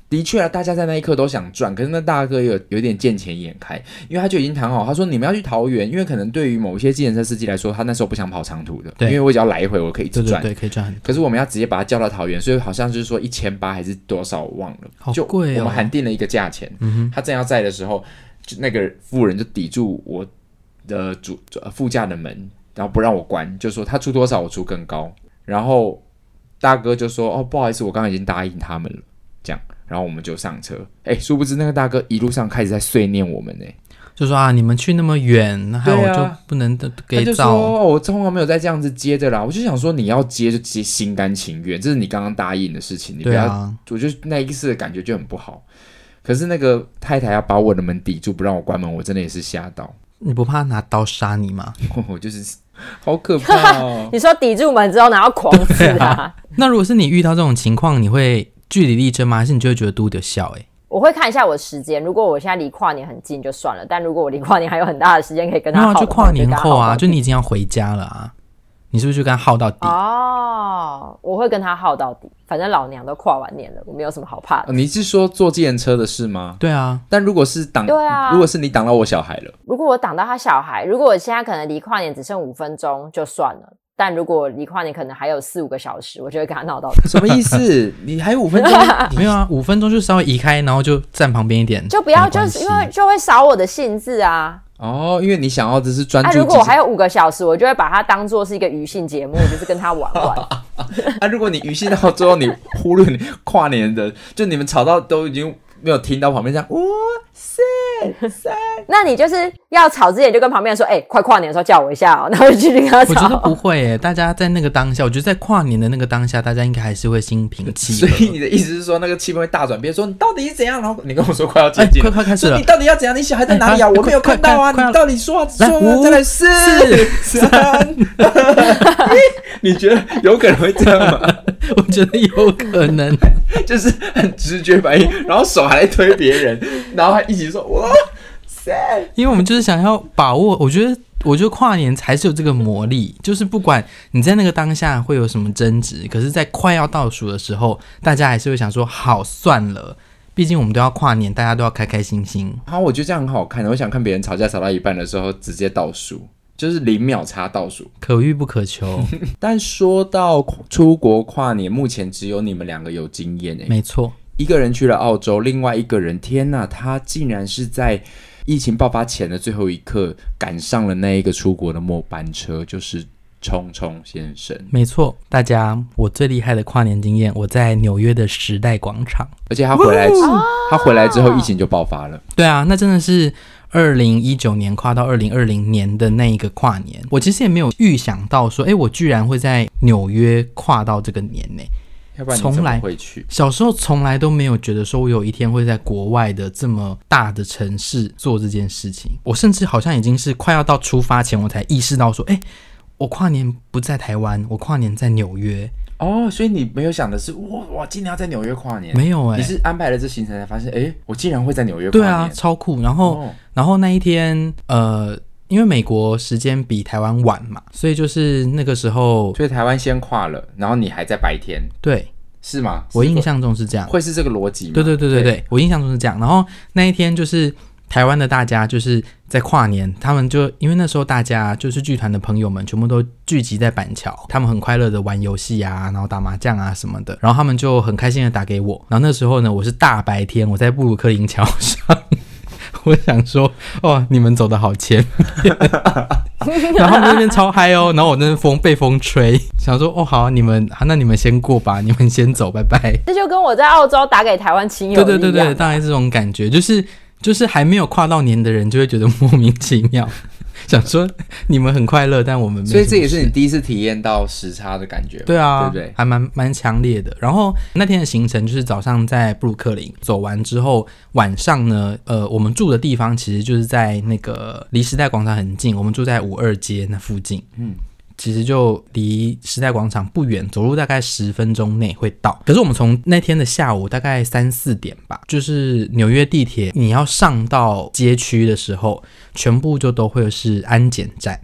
[SPEAKER 1] 的确啊，大家在那一刻都想赚，可是那大哥有有点见钱眼开，因为他就已经谈好，他说你们要去桃园，因为可能对于某一些计程车司机来说，他那时候不想跑长途的，
[SPEAKER 2] 对
[SPEAKER 1] 因为我只要来回我可以一直
[SPEAKER 2] 对对
[SPEAKER 1] 赚。
[SPEAKER 2] 对，可以赚很多，
[SPEAKER 1] 可是我们要直接把他叫到桃园，所以好像就是说一千八还是多少我忘了，
[SPEAKER 2] 好
[SPEAKER 1] 就
[SPEAKER 2] 贵哦嗯
[SPEAKER 1] 我们喊定了一个价钱，他正要在的时候，就那个富人就抵住我的主呃副驾的门，然后不让我关，就说他哦出多少我出更高。然后大哥就说：“哦，不好意思，我刚刚已经答应他们了。”这样，然后我们就上车。哎，殊不知那个大哥一路上开始在碎念我们呢、
[SPEAKER 2] 就说啊，你们去那么远，那还有
[SPEAKER 1] 对
[SPEAKER 2] 我
[SPEAKER 1] 啊
[SPEAKER 2] 就不能得
[SPEAKER 1] 他
[SPEAKER 2] 给
[SPEAKER 1] 就说：“
[SPEAKER 2] 照，
[SPEAKER 1] 哦我从来没有再这样子接的啦。”我就想说，你要接就接心甘情愿，这是你刚刚答应的事情，你不
[SPEAKER 2] 对
[SPEAKER 1] 要
[SPEAKER 2] 啊，
[SPEAKER 1] 我就那一次的感觉就很不好。可是那个太太要把我的门抵住，不让我关门，我真的也是吓到，
[SPEAKER 2] 你不怕拿刀杀你吗？
[SPEAKER 1] 我就是好可怕哦
[SPEAKER 3] 你说抵住门之后，然后狂吃
[SPEAKER 2] 对
[SPEAKER 3] 啊
[SPEAKER 2] 啊？那如果是你遇到这种情况，你会据理力争吗？还是你就会觉得嘟的笑、欸？
[SPEAKER 3] 我会看一下我时间，如果我现在离跨年很近就算了，但如果我离跨年还有很大的时间可以跟
[SPEAKER 2] 没
[SPEAKER 3] 他
[SPEAKER 2] 有啊，
[SPEAKER 3] 耗的话，
[SPEAKER 2] 就跨年后啊，就
[SPEAKER 3] 就跟
[SPEAKER 2] 你已经要回家了啊，你是不是就跟他耗到底？
[SPEAKER 3] 他耗到底哦，我会跟他耗到底，反正老娘都跨完年了，我没有什么好怕的。
[SPEAKER 1] 哦你是说坐计程车的事吗？
[SPEAKER 2] 对啊，
[SPEAKER 1] 但如果是挡，
[SPEAKER 3] 对啊
[SPEAKER 1] 如果是你挡到我小孩了，
[SPEAKER 3] 如果我挡到他小孩，如果我现在可能离跨年只剩五分钟就算了，但如果离跨年可能还有四五个小时，我就会跟他闹到底，
[SPEAKER 1] 什么意思？ 你还有五分钟，
[SPEAKER 2] 没有啊，五分钟就稍微移开，然后就站旁边一点，
[SPEAKER 3] 就不要
[SPEAKER 2] 没
[SPEAKER 3] 就
[SPEAKER 2] 关
[SPEAKER 3] 是
[SPEAKER 2] 系
[SPEAKER 3] 因为就会少我的兴致啊。
[SPEAKER 1] 哦，因为你想要的是专
[SPEAKER 3] 啊，
[SPEAKER 1] 注。
[SPEAKER 3] 如果我还有五个小时，我就会把它当做是一个娱性节目，就是跟他玩玩。
[SPEAKER 1] 啊，如果你余兴到最后，你忽略你跨年的，就你们吵到都已经没有听到旁边这样，哇塞，
[SPEAKER 3] 那你就是要吵之前就跟旁边人说，哎、快跨年的时候叫我一下、哦，然后就去跟他
[SPEAKER 2] 我觉得不
[SPEAKER 3] 吵。
[SPEAKER 2] 会耶，大家在那个当下，我觉得在跨年的那个当下，大家应该还是会心平气
[SPEAKER 1] 所
[SPEAKER 2] 和。
[SPEAKER 1] 以你的意思是说那个气氛会大转变，说你到底是怎样？然后你跟我说快要接
[SPEAKER 2] 哎
[SPEAKER 1] 近了，
[SPEAKER 2] 快快开始
[SPEAKER 1] 说
[SPEAKER 2] 了
[SPEAKER 1] 你到底要怎样？你小孩在哪里啊？
[SPEAKER 2] 哎
[SPEAKER 1] 我
[SPEAKER 2] 快
[SPEAKER 1] 没有
[SPEAKER 2] 快
[SPEAKER 1] 看到啊！
[SPEAKER 2] 快快
[SPEAKER 1] 你到底说啊
[SPEAKER 2] 来
[SPEAKER 1] 说啊
[SPEAKER 2] 五
[SPEAKER 1] 再来四三 你觉得有可能会这样吗？
[SPEAKER 2] 我觉得有可能，
[SPEAKER 1] 就是很直觉反应，然后手还在推别 人，然后还一起说哇塞，
[SPEAKER 2] 因为我们就是想要把握。我觉得，我觉得跨年才是有这个魔力，就是不管你在那个当下会有什么争执，可是，在快要倒数的时候，大家还是会想说：好，算了，毕竟我们都要跨年，大家都要开开心心。
[SPEAKER 1] 然后我觉得这样很好看，我想看别人吵架吵到一半的时候直接倒数，就是零秒差倒数。
[SPEAKER 2] 可遇不可求，
[SPEAKER 1] 但说到出国跨年，目前只有你们两个有经验欸诶、
[SPEAKER 2] 没错。
[SPEAKER 1] 一个人去了澳洲，另外一个人，天呐，他竟然是在疫情爆发前的最后一刻赶上了那一个出国的末班车，就是冲冲先生。
[SPEAKER 2] 没错，大家，我最厉害的跨年经验，我在纽约的时代广场。
[SPEAKER 1] 而且他回来，他回来之后疫情就爆发了。
[SPEAKER 2] 对啊，那真的是二零一九年跨到二零二零年的那一个跨年，我其实也没有预想到说，哎，我居然会在纽约跨到这个年呢、
[SPEAKER 1] 要不然你
[SPEAKER 2] 从
[SPEAKER 1] 怎么
[SPEAKER 2] 来
[SPEAKER 1] 会去？
[SPEAKER 2] 小时候从来都没有觉得说我有一天会在国外的这么大的城市做这件事情，我甚至好像已经是快要到出发前，我才意识到说，哎，我跨年不在台湾，我跨年在纽约，
[SPEAKER 1] 哦，所以你没有想的是，哇哇，今年要在纽约跨年？
[SPEAKER 2] 没有哎、
[SPEAKER 1] 你是安排了这行程才发现，哎，我竟然会在纽约跨
[SPEAKER 2] 对
[SPEAKER 1] 年。
[SPEAKER 2] 啊，超酷。然后
[SPEAKER 1] 哦，
[SPEAKER 2] 然后那一天，呃，因为美国时间比台湾晚嘛，所以就是那个时候，
[SPEAKER 1] 所以台湾先跨了，然后你还在白天，
[SPEAKER 2] 对
[SPEAKER 1] 是吗？
[SPEAKER 2] 我
[SPEAKER 1] 是
[SPEAKER 2] 印象中是这样。
[SPEAKER 1] 会是这个逻辑吗？
[SPEAKER 2] 对对对对对，我印象中是这样。然后那一天就是台湾的大家就是在跨年，他们就因为那时候大家就是剧团的朋友们全部都聚集在板桥，他们很快乐的玩游戏啊，然后打麻将啊什么的，然后他们就很开心的打给我。然后那时候呢，我是大白天，我在布鲁克林桥上。 我想说，哦，你们走的好前面， 然后他们那边超嗨哦，然后我那边风被风吹，想说，哦，好啊，你们，啊那你们先过吧， 你们先走，拜拜。
[SPEAKER 3] 这就跟我在澳洲打给台湾
[SPEAKER 1] 啊
[SPEAKER 3] 亲友
[SPEAKER 2] 对对对
[SPEAKER 3] 一样
[SPEAKER 2] 对，大概这种感觉，就是就是还没有跨到年的人就会觉得莫名其妙， 想说你们很快乐，但我们没
[SPEAKER 1] 所以这
[SPEAKER 2] 什么
[SPEAKER 1] 也是
[SPEAKER 2] 事
[SPEAKER 1] 你第一次体验到时差的感觉吧，
[SPEAKER 2] 对啊，
[SPEAKER 1] 对不对？
[SPEAKER 2] 还蛮蛮强烈的。然后那天的行程就是早上在布鲁克林走完之后，晚上呢，呃，我们住的地方其实就是在那个离时代广场很近，我们住在五二街那附近，
[SPEAKER 1] 嗯
[SPEAKER 2] 嗯。其实就离时代广场不远，走路大概十分钟内会到。可是我们从那天的下午大概三四点吧，就是纽约地铁，你要上到街区的时候，全部就都会是安检站。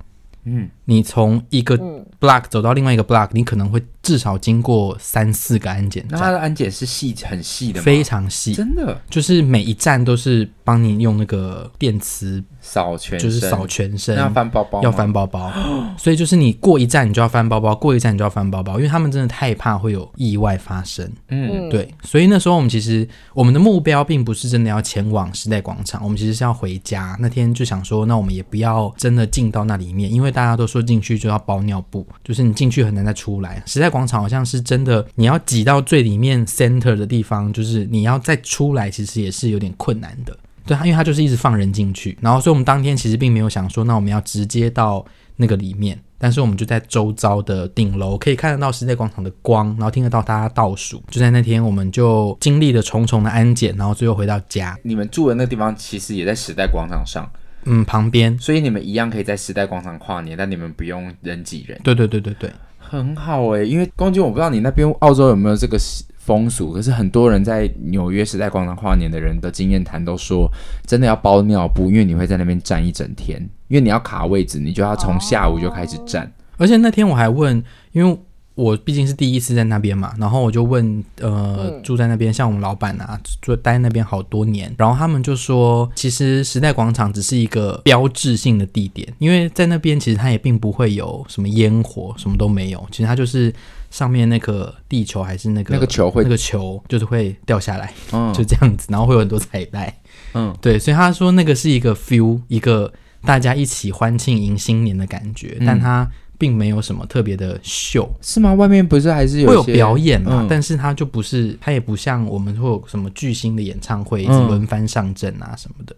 [SPEAKER 1] 嗯，
[SPEAKER 2] 你从一个
[SPEAKER 3] 嗯
[SPEAKER 2] block 走到另外一个 block，你可能会至少经过三四个安检
[SPEAKER 1] 那它
[SPEAKER 2] 站，
[SPEAKER 1] 的安检是细很细的吗？
[SPEAKER 2] 非常细，
[SPEAKER 1] 真的
[SPEAKER 2] 就是每一站都是帮你用那个电磁，
[SPEAKER 1] 扫全
[SPEAKER 2] 就是
[SPEAKER 1] 身
[SPEAKER 2] 扫全身
[SPEAKER 1] 那，要翻包包吗
[SPEAKER 2] 要翻包包，所以就是你过一站你就要翻包包，过一站你就要翻包包，因为他们真的太怕会有意外发生。
[SPEAKER 1] 嗯
[SPEAKER 3] 嗯，
[SPEAKER 2] 对，所以那时候我们其实我们的目标并不是真的要前往时代广场，我们其实是要回家。那天就想说，那我们也不要真的进到那里面，因为大家都说进去就要包尿布，就是你进去很难再出来。时代广场好像是真的，你要挤到最里面 center 的地方，就是你要再出来，其实也是有点困难的。对，它因为它就是一直放人进去，然后所以我们当天其实并没有想说，那我们要直接到那个里面，但是我们就在周遭的顶楼可以看得到时代广场的光，然后听得到大家倒数。就在那天，我们就经历了重重的安检，然后最后回到家，
[SPEAKER 1] 你们住的那个地方其实也在时代广场上，
[SPEAKER 2] 嗯，旁边，
[SPEAKER 1] 所以你们一样可以在时代广场跨年，但你们不用人挤人，
[SPEAKER 2] 对对对对对，
[SPEAKER 1] 很好哎、因为公鸡，我不知道你那边澳洲有没有这个习风俗，可是很多人在纽约时代广场跨年的人的经验谈都说，真的要包尿布，因为你会在那边站一整天，
[SPEAKER 2] 哦
[SPEAKER 1] 因为你要卡位置，你就要从下午就开始站。
[SPEAKER 2] 而且那天我还问，因为我毕竟是第一次在那边嘛，然后我就问呃、
[SPEAKER 3] 嗯
[SPEAKER 2] 住在那边，像我们老板啊，住待在那边好多年，然后他们就说，其实时代广场只是一个标志性的地点，因为在那边其实它也并不会有什么烟火，什么都没有，其实它就是上面那个地球还是那个
[SPEAKER 1] 那个球会
[SPEAKER 2] 那个球就是会掉下来，
[SPEAKER 1] 嗯
[SPEAKER 2] 就这样子，然后会有很多彩带。
[SPEAKER 1] 嗯，
[SPEAKER 2] 对，所以他说那个是一个 feel，一个大家一起欢庆迎新年的感觉，
[SPEAKER 1] 嗯
[SPEAKER 2] 但他并没有什么特别的秀，
[SPEAKER 1] 是吗？外面不是还是有
[SPEAKER 2] 会有
[SPEAKER 1] 一些
[SPEAKER 2] 表演嘛，
[SPEAKER 1] 嗯
[SPEAKER 2] 但是他就不是，他也不像我们会有什么巨星的演唱会，一直
[SPEAKER 1] 嗯
[SPEAKER 2] 轮番上阵啊什么的，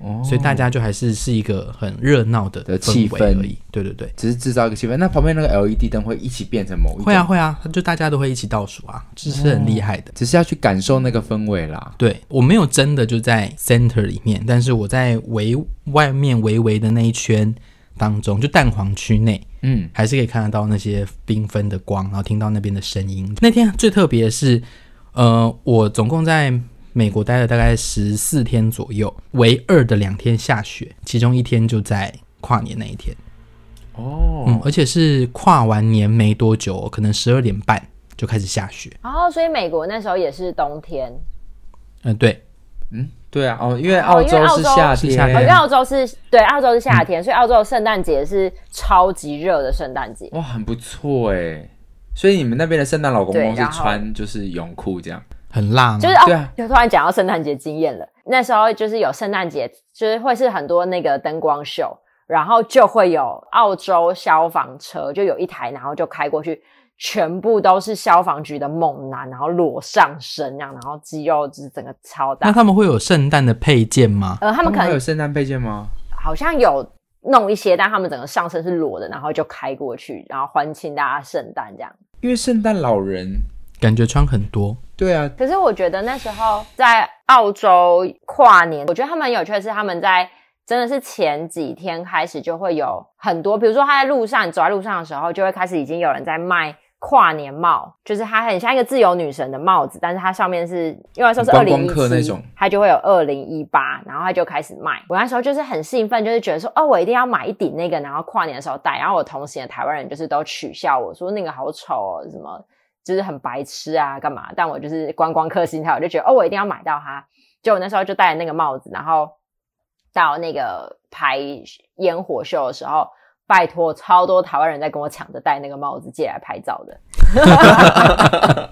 [SPEAKER 1] 哦
[SPEAKER 2] 所以大家就还是是一个很热闹的
[SPEAKER 1] 的
[SPEAKER 2] 氛
[SPEAKER 1] 气
[SPEAKER 2] 围
[SPEAKER 1] 氛
[SPEAKER 2] 而已。对对对，
[SPEAKER 1] 只是制造一个气氛。那旁边那个 LED 灯会一起变成某一种，
[SPEAKER 2] 会啊，会啊，就大家都会一起倒数啊，这是
[SPEAKER 1] 哦
[SPEAKER 2] 很厉害的。
[SPEAKER 1] 只是要去感受那个氛围啦。
[SPEAKER 2] 对我没有真的就在 center 里面，但是我在围外面围围的那一圈当中，就蛋黄区内，
[SPEAKER 1] 嗯，
[SPEAKER 2] 还是可以看得到那些缤纷的光，然后听到那边的声音。那天最特别的是，呃，我总共在美国待了大概十四天左右，唯二的两天下雪，其中一天就在跨年那一天，
[SPEAKER 1] 哦，
[SPEAKER 2] 嗯，而且是跨完年没多久，可能十二点半就开始下雪。
[SPEAKER 3] 然后所以美国那时候也是冬天，
[SPEAKER 2] 嗯、对，
[SPEAKER 1] 对啊，哦，因为
[SPEAKER 3] 哦
[SPEAKER 1] 澳洲
[SPEAKER 3] 因为澳
[SPEAKER 1] 是
[SPEAKER 3] 洲
[SPEAKER 1] 夏
[SPEAKER 2] 是
[SPEAKER 1] 天，
[SPEAKER 2] 夏
[SPEAKER 3] 哦，因
[SPEAKER 2] 天
[SPEAKER 3] 为澳洲是对澳洲是夏天，所以澳洲的圣诞节是超级热的圣诞节。
[SPEAKER 1] 哇，很不错哎。所以你们那边的圣诞老公
[SPEAKER 3] 对
[SPEAKER 1] 公是
[SPEAKER 3] 然后
[SPEAKER 1] 穿就是泳裤这样，
[SPEAKER 2] 很辣吗？
[SPEAKER 3] 就是
[SPEAKER 1] 对
[SPEAKER 3] 哦
[SPEAKER 1] 啊，
[SPEAKER 3] 就突然讲到圣诞节经验了。那时候就是有圣诞节，就是会是很多那个灯光秀，然后就会有澳洲消防车，就有一台，然后就开过去，全部都是消防局的猛男，然后裸上身这样，然后肌肉就是整个超
[SPEAKER 2] 那
[SPEAKER 3] 大。
[SPEAKER 2] 他们会有圣诞的配件吗？
[SPEAKER 3] 呃，他
[SPEAKER 1] 他
[SPEAKER 3] 们可
[SPEAKER 1] 会有
[SPEAKER 3] 能
[SPEAKER 1] 圣诞配件吗？
[SPEAKER 3] 好像有弄一些，但他们整个上身是裸的，然后就开过去，然后欢庆大家圣诞这样。
[SPEAKER 1] 因为圣诞老人，
[SPEAKER 2] 感觉穿很多，
[SPEAKER 1] 对啊，
[SPEAKER 3] 可是我觉得那时候在澳洲跨年，我觉得他们很有趣的是他们在真的是前几天开始就会有很多，比如说他在路上你走在路上的时候，就会开始已经有人在卖。跨年帽就是它很像一个自由女神的帽子，但是它上面是因为那时候是二
[SPEAKER 1] 观
[SPEAKER 3] 零
[SPEAKER 1] 光
[SPEAKER 3] 一
[SPEAKER 1] 客
[SPEAKER 3] 七
[SPEAKER 1] 那种
[SPEAKER 3] 它就会有二零一八，然后它就开始卖。我那时候就是很兴奋，就是觉得说，哦，我一定要买一顶那个，然后跨年的时候戴。然后我同行的台湾人就是都取笑我说那个好丑哦，什么就是很白痴啊，干嘛？但我就是观光客心态，我就觉得哦，我一定要买到它。就我那时候就戴了那个帽子，然后到那个排烟火秀的时候，拜托，超多台湾人在跟我抢着戴那个帽子借来拍照的。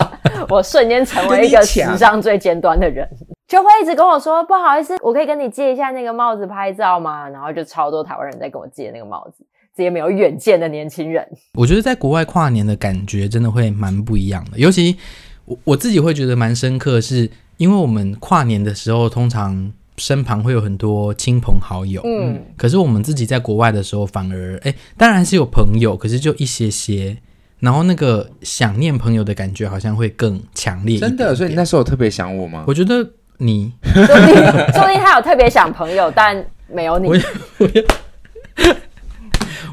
[SPEAKER 3] 我瞬间成为一个时尚最尖端的人，就会一直跟我说不好意思，我可以跟你借一下那个帽子拍照吗？然后就超多台湾人在跟我借那个帽子，这些没有远见的年轻人。
[SPEAKER 2] 我觉得在国外跨年的感觉真的会蛮不一样的，尤其我我自己会觉得蛮深刻是，因为我们跨年的时候通常身旁会有很多亲朋好友，
[SPEAKER 3] 嗯，
[SPEAKER 2] 可是我们自己在国外的时候反而哎，当然还是有朋友，可是就一些些，然后那个想念朋友的感觉好像会更强烈一点
[SPEAKER 1] 真的。所以你那时候有特别想我吗？
[SPEAKER 2] 我觉得你
[SPEAKER 3] 说不定说不定他有特别想朋友，但没有你
[SPEAKER 2] 我。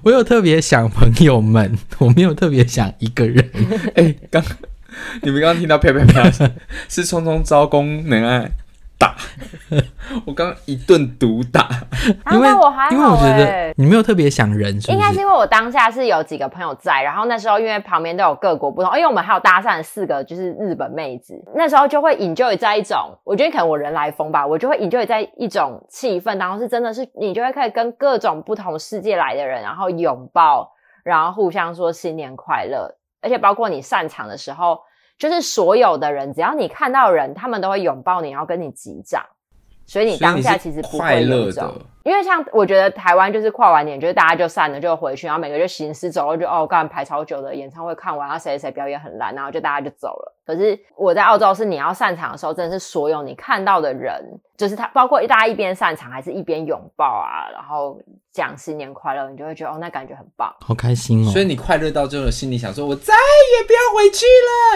[SPEAKER 2] 我有特别想朋友们，我没有特别想一个人。
[SPEAKER 1] 哎，刚你们刚刚听到啪啪啪声，是匆匆招工能爱打， 我刚刚一顿毒打。
[SPEAKER 3] 啊
[SPEAKER 2] 因为
[SPEAKER 3] 那我还好、欸、
[SPEAKER 2] 因为我觉得你没有特别想人，是不
[SPEAKER 3] 应该是因为我当下是有几个朋友在，然后那时候因为旁边都有各国不同，因为我们还有搭讪四个就是日本妹子，那时候就会 enjoy 在一种，我觉得可能我人来疯吧，我就会 enjoy 在一种气氛，然后是真的是你就会可以跟各种不同世界来的人，然后拥抱，然后互相说新年快乐，而且包括你散场的时候，就是所有的人只要你看到人，他们都会拥抱你，然后跟你击掌，所以你当下其实不
[SPEAKER 1] 快
[SPEAKER 3] 会有
[SPEAKER 1] 乐
[SPEAKER 3] 一种
[SPEAKER 1] 的。
[SPEAKER 3] 因为像我觉得台湾就是跨完年，就是大家就散了，就回去，然后每个就行尸走肉，就哦，干排超久的演唱会看完，然后谁谁谁表演很烂，然后就大家就走了。可是我在澳洲是你要散场的时候，真的是所有你看到的人，就是他，包括大家一边散场还是一边拥抱啊，然后讲新年快乐，你就会觉得哦，那感觉很棒，
[SPEAKER 2] 好开心哦。
[SPEAKER 1] 所以你快乐到最后，心里想说：“我再也不要回去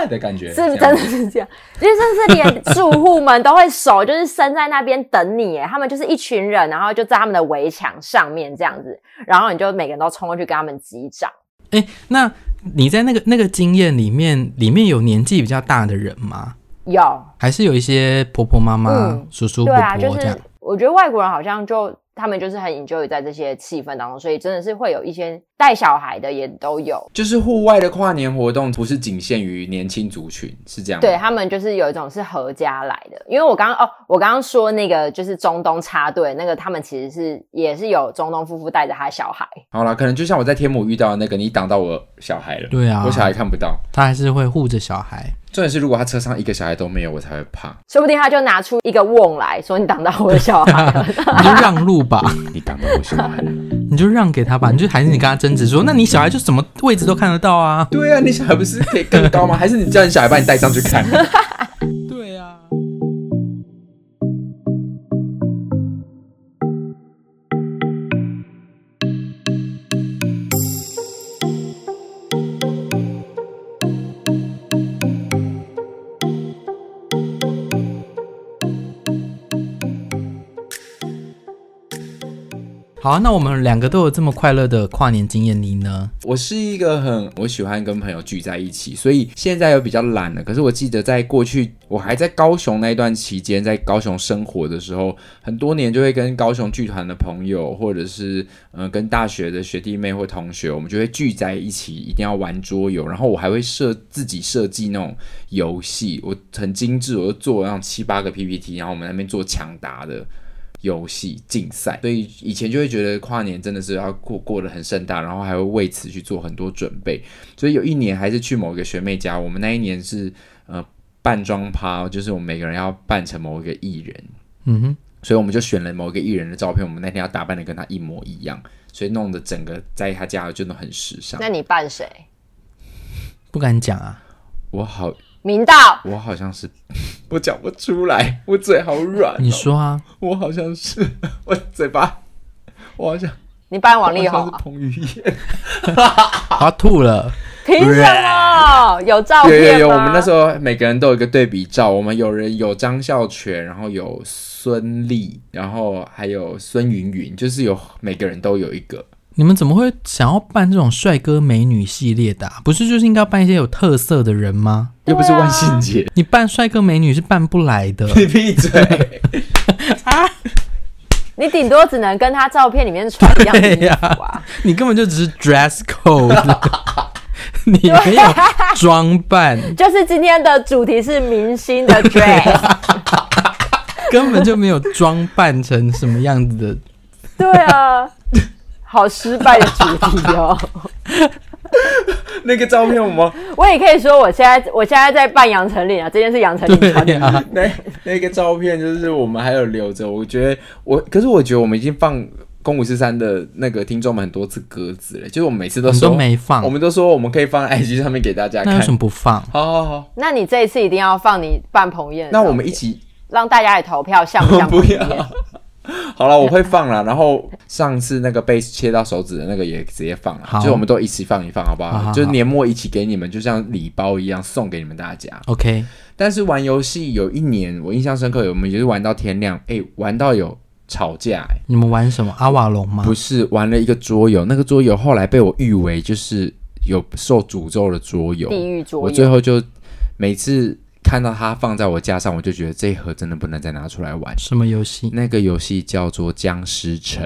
[SPEAKER 1] 了”的感觉，
[SPEAKER 3] 是不是
[SPEAKER 1] 这
[SPEAKER 3] 真
[SPEAKER 1] 样
[SPEAKER 3] 的是这样？因为甚至连住户们都会手就是伸在那边等你，哎，他们就是一群人，然后就在他们的围墙上面这样子，然后你就每个人都冲过去跟他们击掌。
[SPEAKER 2] 哎，那你在那个那个经验里面，里面有年纪比较大的人吗？
[SPEAKER 3] 有，
[SPEAKER 2] 还是有一些婆婆妈妈、
[SPEAKER 3] 嗯
[SPEAKER 2] 叔叔
[SPEAKER 3] 对
[SPEAKER 2] 伯
[SPEAKER 3] 啊，就
[SPEAKER 2] 伯这样？
[SPEAKER 3] 是我觉得外国人好像就他们就是很 enjoy 在这些气氛当中，所以真的是会有一些，带小孩的也都有。
[SPEAKER 1] 就是户外的跨年活动不是仅限于年轻族群，是这样吗？
[SPEAKER 3] 对他们就是有一种是合家来的，因为我刚刚哦，我刚刚说那个就是中东插队那个，他们其实是也是有中东夫妇带着他小孩，
[SPEAKER 1] 好啦，可能就像我在天母遇到的那个，你挡到我小孩了，
[SPEAKER 2] 对啊
[SPEAKER 1] 我小孩看不到。
[SPEAKER 2] 他还是会护着小孩。
[SPEAKER 1] 重点是，如果他车上一个小孩都没有，我才会怕。
[SPEAKER 3] 说不定他就拿出一个瓮来说你挡到我的小孩 了，
[SPEAKER 2] 你就让路吧，
[SPEAKER 1] 你挡到我小孩了？
[SPEAKER 2] 你就让给他吧，你就还是你跟他争执
[SPEAKER 3] 嗯
[SPEAKER 2] 说，那你小孩就什么位置都看得到啊。
[SPEAKER 1] 对啊，你小孩不是可以更高吗？还是你叫你小孩把你带上去看？
[SPEAKER 2] 对啊。好啊，那我们两个都有这么快乐的跨年经验，你呢？
[SPEAKER 1] 我是一个很我喜欢跟朋友聚在一起，所以现在有比较懒了。可是我记得在过去，我还在高雄那一段期间，在高雄生活的时候，很多年就会跟高雄剧团的朋友，或者是嗯、呃跟大学的学弟妹或同学，我们就会聚在一起，一定要玩桌游。然后我还会设自己设计那种游戏，我很精致，我就做那种七八个 PPT，然后我们那边做抢答的。游戏竞赛，所以以前就会觉得跨年真的是要过过得很盛大，然后还会为此去做很多准备。所以有一年还是去某一个学妹家，我们那一年是呃扮装趴，就是我们每个人要扮成某一个艺人，
[SPEAKER 2] 嗯哼，
[SPEAKER 1] 所以我们就选了某一个艺人的照片，我们那天要打扮的跟他一模一样，所以弄得整个在他家真的很时尚
[SPEAKER 3] 那。你扮谁？
[SPEAKER 2] 不敢讲啊。
[SPEAKER 1] 我好，
[SPEAKER 3] 明道，
[SPEAKER 1] 我好像是， 我讲不出来，我嘴好软、哦
[SPEAKER 2] 你，说啊，
[SPEAKER 1] 我好像是， 我嘴巴，我好像，
[SPEAKER 3] 你扮王 力
[SPEAKER 1] 我好像
[SPEAKER 3] 宏啊，
[SPEAKER 1] 是彭于晏。
[SPEAKER 2] 他吐了。
[SPEAKER 3] 凭什么？有照
[SPEAKER 1] 有
[SPEAKER 3] 片吗？
[SPEAKER 1] 有有，我们那时候每个人都有一个对比照，我们有人有张孝全，然后有孙俪，然后还有孙云云，就是有每个人都有一个。
[SPEAKER 2] 你们怎么会想要办这种帅哥美女系列的、啊？不是就是应该办一些有特色的人吗？
[SPEAKER 3] 啊
[SPEAKER 1] 又不是万圣 节，
[SPEAKER 2] 你办帅哥美女是办不 来的。
[SPEAKER 1] 你闭嘴！
[SPEAKER 3] 你顶多只能跟他照片里面穿一样的衣 服啊。
[SPEAKER 2] 你根本就只是 dress code，你没有装扮，
[SPEAKER 3] 就是今天的主题是明星的 dress，
[SPEAKER 2] 根本就没有装扮成什么样子的。
[SPEAKER 3] 对啊，好失败的主题 哦。
[SPEAKER 1] 那个照片我们
[SPEAKER 3] 我也可以说，我现在我现在在扮杨丞琳啊，这件是杨丞琳穿
[SPEAKER 2] 对
[SPEAKER 3] 的。
[SPEAKER 2] 啊，
[SPEAKER 1] 那那个照片就是我们还有留着，我觉得我，可是我觉得我们已经放。公五十三的那个听众们很多次鸽子了，就是我们每次都
[SPEAKER 2] 你
[SPEAKER 1] 说
[SPEAKER 2] 都没放
[SPEAKER 1] 我们都说我们可以放在 IG 上面给大家
[SPEAKER 2] 那为
[SPEAKER 1] 看
[SPEAKER 2] 什。么不放？
[SPEAKER 1] 好好好，
[SPEAKER 3] 那你这一次一定要放你扮彭于晏的照
[SPEAKER 1] 那
[SPEAKER 3] 片，
[SPEAKER 1] 我们一起
[SPEAKER 3] 让大家也投票像不像 彭
[SPEAKER 1] 不
[SPEAKER 3] 于
[SPEAKER 1] 要
[SPEAKER 3] 晏。。
[SPEAKER 1] 好了，我会放了。然后上次那个被切到手指的那个也直接放了，
[SPEAKER 2] 好
[SPEAKER 1] 就是我们都一起放一放，好不好？
[SPEAKER 2] 好好好
[SPEAKER 1] 就是年末一起给你们，就像礼包一样送给你们大家。
[SPEAKER 2] OK，
[SPEAKER 1] 但是玩游戏有一年我印象深刻，我们也是玩到天亮，哎、玩到有吵架、哎
[SPEAKER 2] 你们玩什么阿瓦隆吗
[SPEAKER 1] 不？是玩了一个桌游，那个桌游后来被我誉为就是有受诅咒的桌游，
[SPEAKER 3] 地狱
[SPEAKER 1] 我
[SPEAKER 3] 桌
[SPEAKER 1] 最
[SPEAKER 3] 游，
[SPEAKER 1] 后就每次看到它放在我架上，我就觉得这一盒真的不能再拿出来玩。
[SPEAKER 2] 什么游戏？
[SPEAKER 1] 那个游戏叫做《僵尸城》。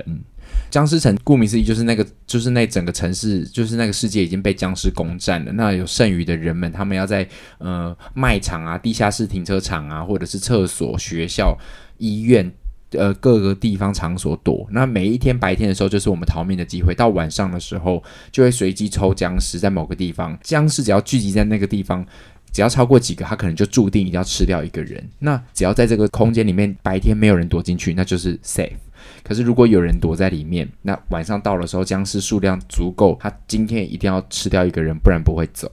[SPEAKER 1] 僵尸城顾名思义就是那个，就是那整个城市，就是那个世界已经被僵尸攻占了。那有剩余的人们，他们要在呃卖场啊、地下室停车场啊，或者是厕所、学校、医院。呃，各个地方场所躲。那每一天白天的时候，就是我们逃命的机会；到晚上的时候，就会随机抽僵尸在某个地方。僵尸只要聚集在那个地方，只要超过几个，他可能就注定一定要吃掉一个人。那只要在这个空间里面，白天没有人躲进去，那就是 safe。可是如果有人躲在里面，那晚上到的时候，僵尸数量足够，他今天一定要吃掉一个人，不然不会走。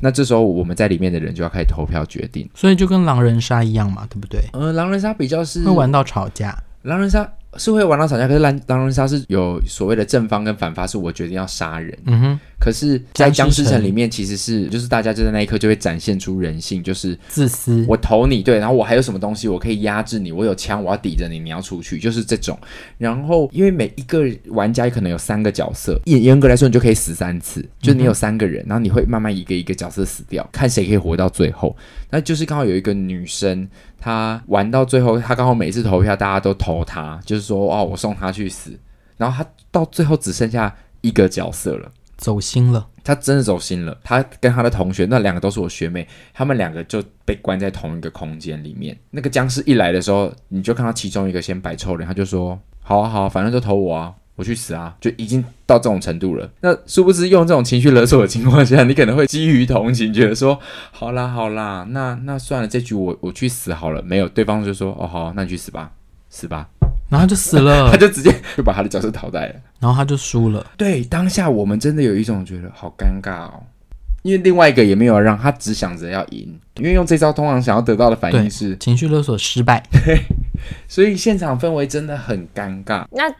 [SPEAKER 1] 那这时候我们在里面的人就要开始投票决定。
[SPEAKER 2] 所以就跟狼人杀一样嘛，对不对？
[SPEAKER 1] 呃，狼人杀比较是
[SPEAKER 2] 会玩到吵架。
[SPEAKER 1] 狼人杀是会玩到吵架，可是狼狼人杀是有所谓的正方跟反方，是我决定要杀人。
[SPEAKER 2] 嗯哼，
[SPEAKER 1] 可是，在
[SPEAKER 2] 僵
[SPEAKER 1] 僵尸
[SPEAKER 2] 尸
[SPEAKER 1] 城
[SPEAKER 2] 城
[SPEAKER 1] 里面，其实是就是大家就在那一刻就会展现出人性，就是
[SPEAKER 2] 自私。
[SPEAKER 1] 我投你对，然后我还有什么东西我可以压制你？我有枪，我要抵着你，你要出去，就是这种。然后因为每一个玩家可能有三个角色，严严格来说你就可以死三次，就是你有三个人，然后你会慢慢一个一个角色死掉，看谁可以活到最后。那就是刚好有一个女生，她玩到最后，她刚好每次投票大家都投她，就是说哦我送她去死，然后她到最后只剩下一个角色了。
[SPEAKER 2] 走心了，
[SPEAKER 1] 他真的走心了。他跟他的同学，那两个都是我学妹，他们两个就被关在同一个空间里面。那个僵尸一来的时候，你就看到其中一个先摆臭脸，他就说：“好啊，好啊，反正就投我啊，我去死啊！”就已经到这种程度了。那殊不知用这种情绪勒索的情况下，你可能会基于同情，觉得说：“好啦，好啦，那那算了，这局我我去死好了。”没有，对方就说：“哦，好，那你去死吧，死吧。
[SPEAKER 2] 然后就死”了
[SPEAKER 1] 他，就直接就把他的角色淘汰了。
[SPEAKER 2] 然后他就输了。
[SPEAKER 1] 对，当下我们真的有一种觉得好尴尬哦，因为另外一个也没有让他只想着要赢，因为用这招通常想要得到的反应
[SPEAKER 2] 对
[SPEAKER 1] 是，
[SPEAKER 2] 情绪勒索失败，
[SPEAKER 1] 所以现场氛围真的很尴尬。
[SPEAKER 3] 那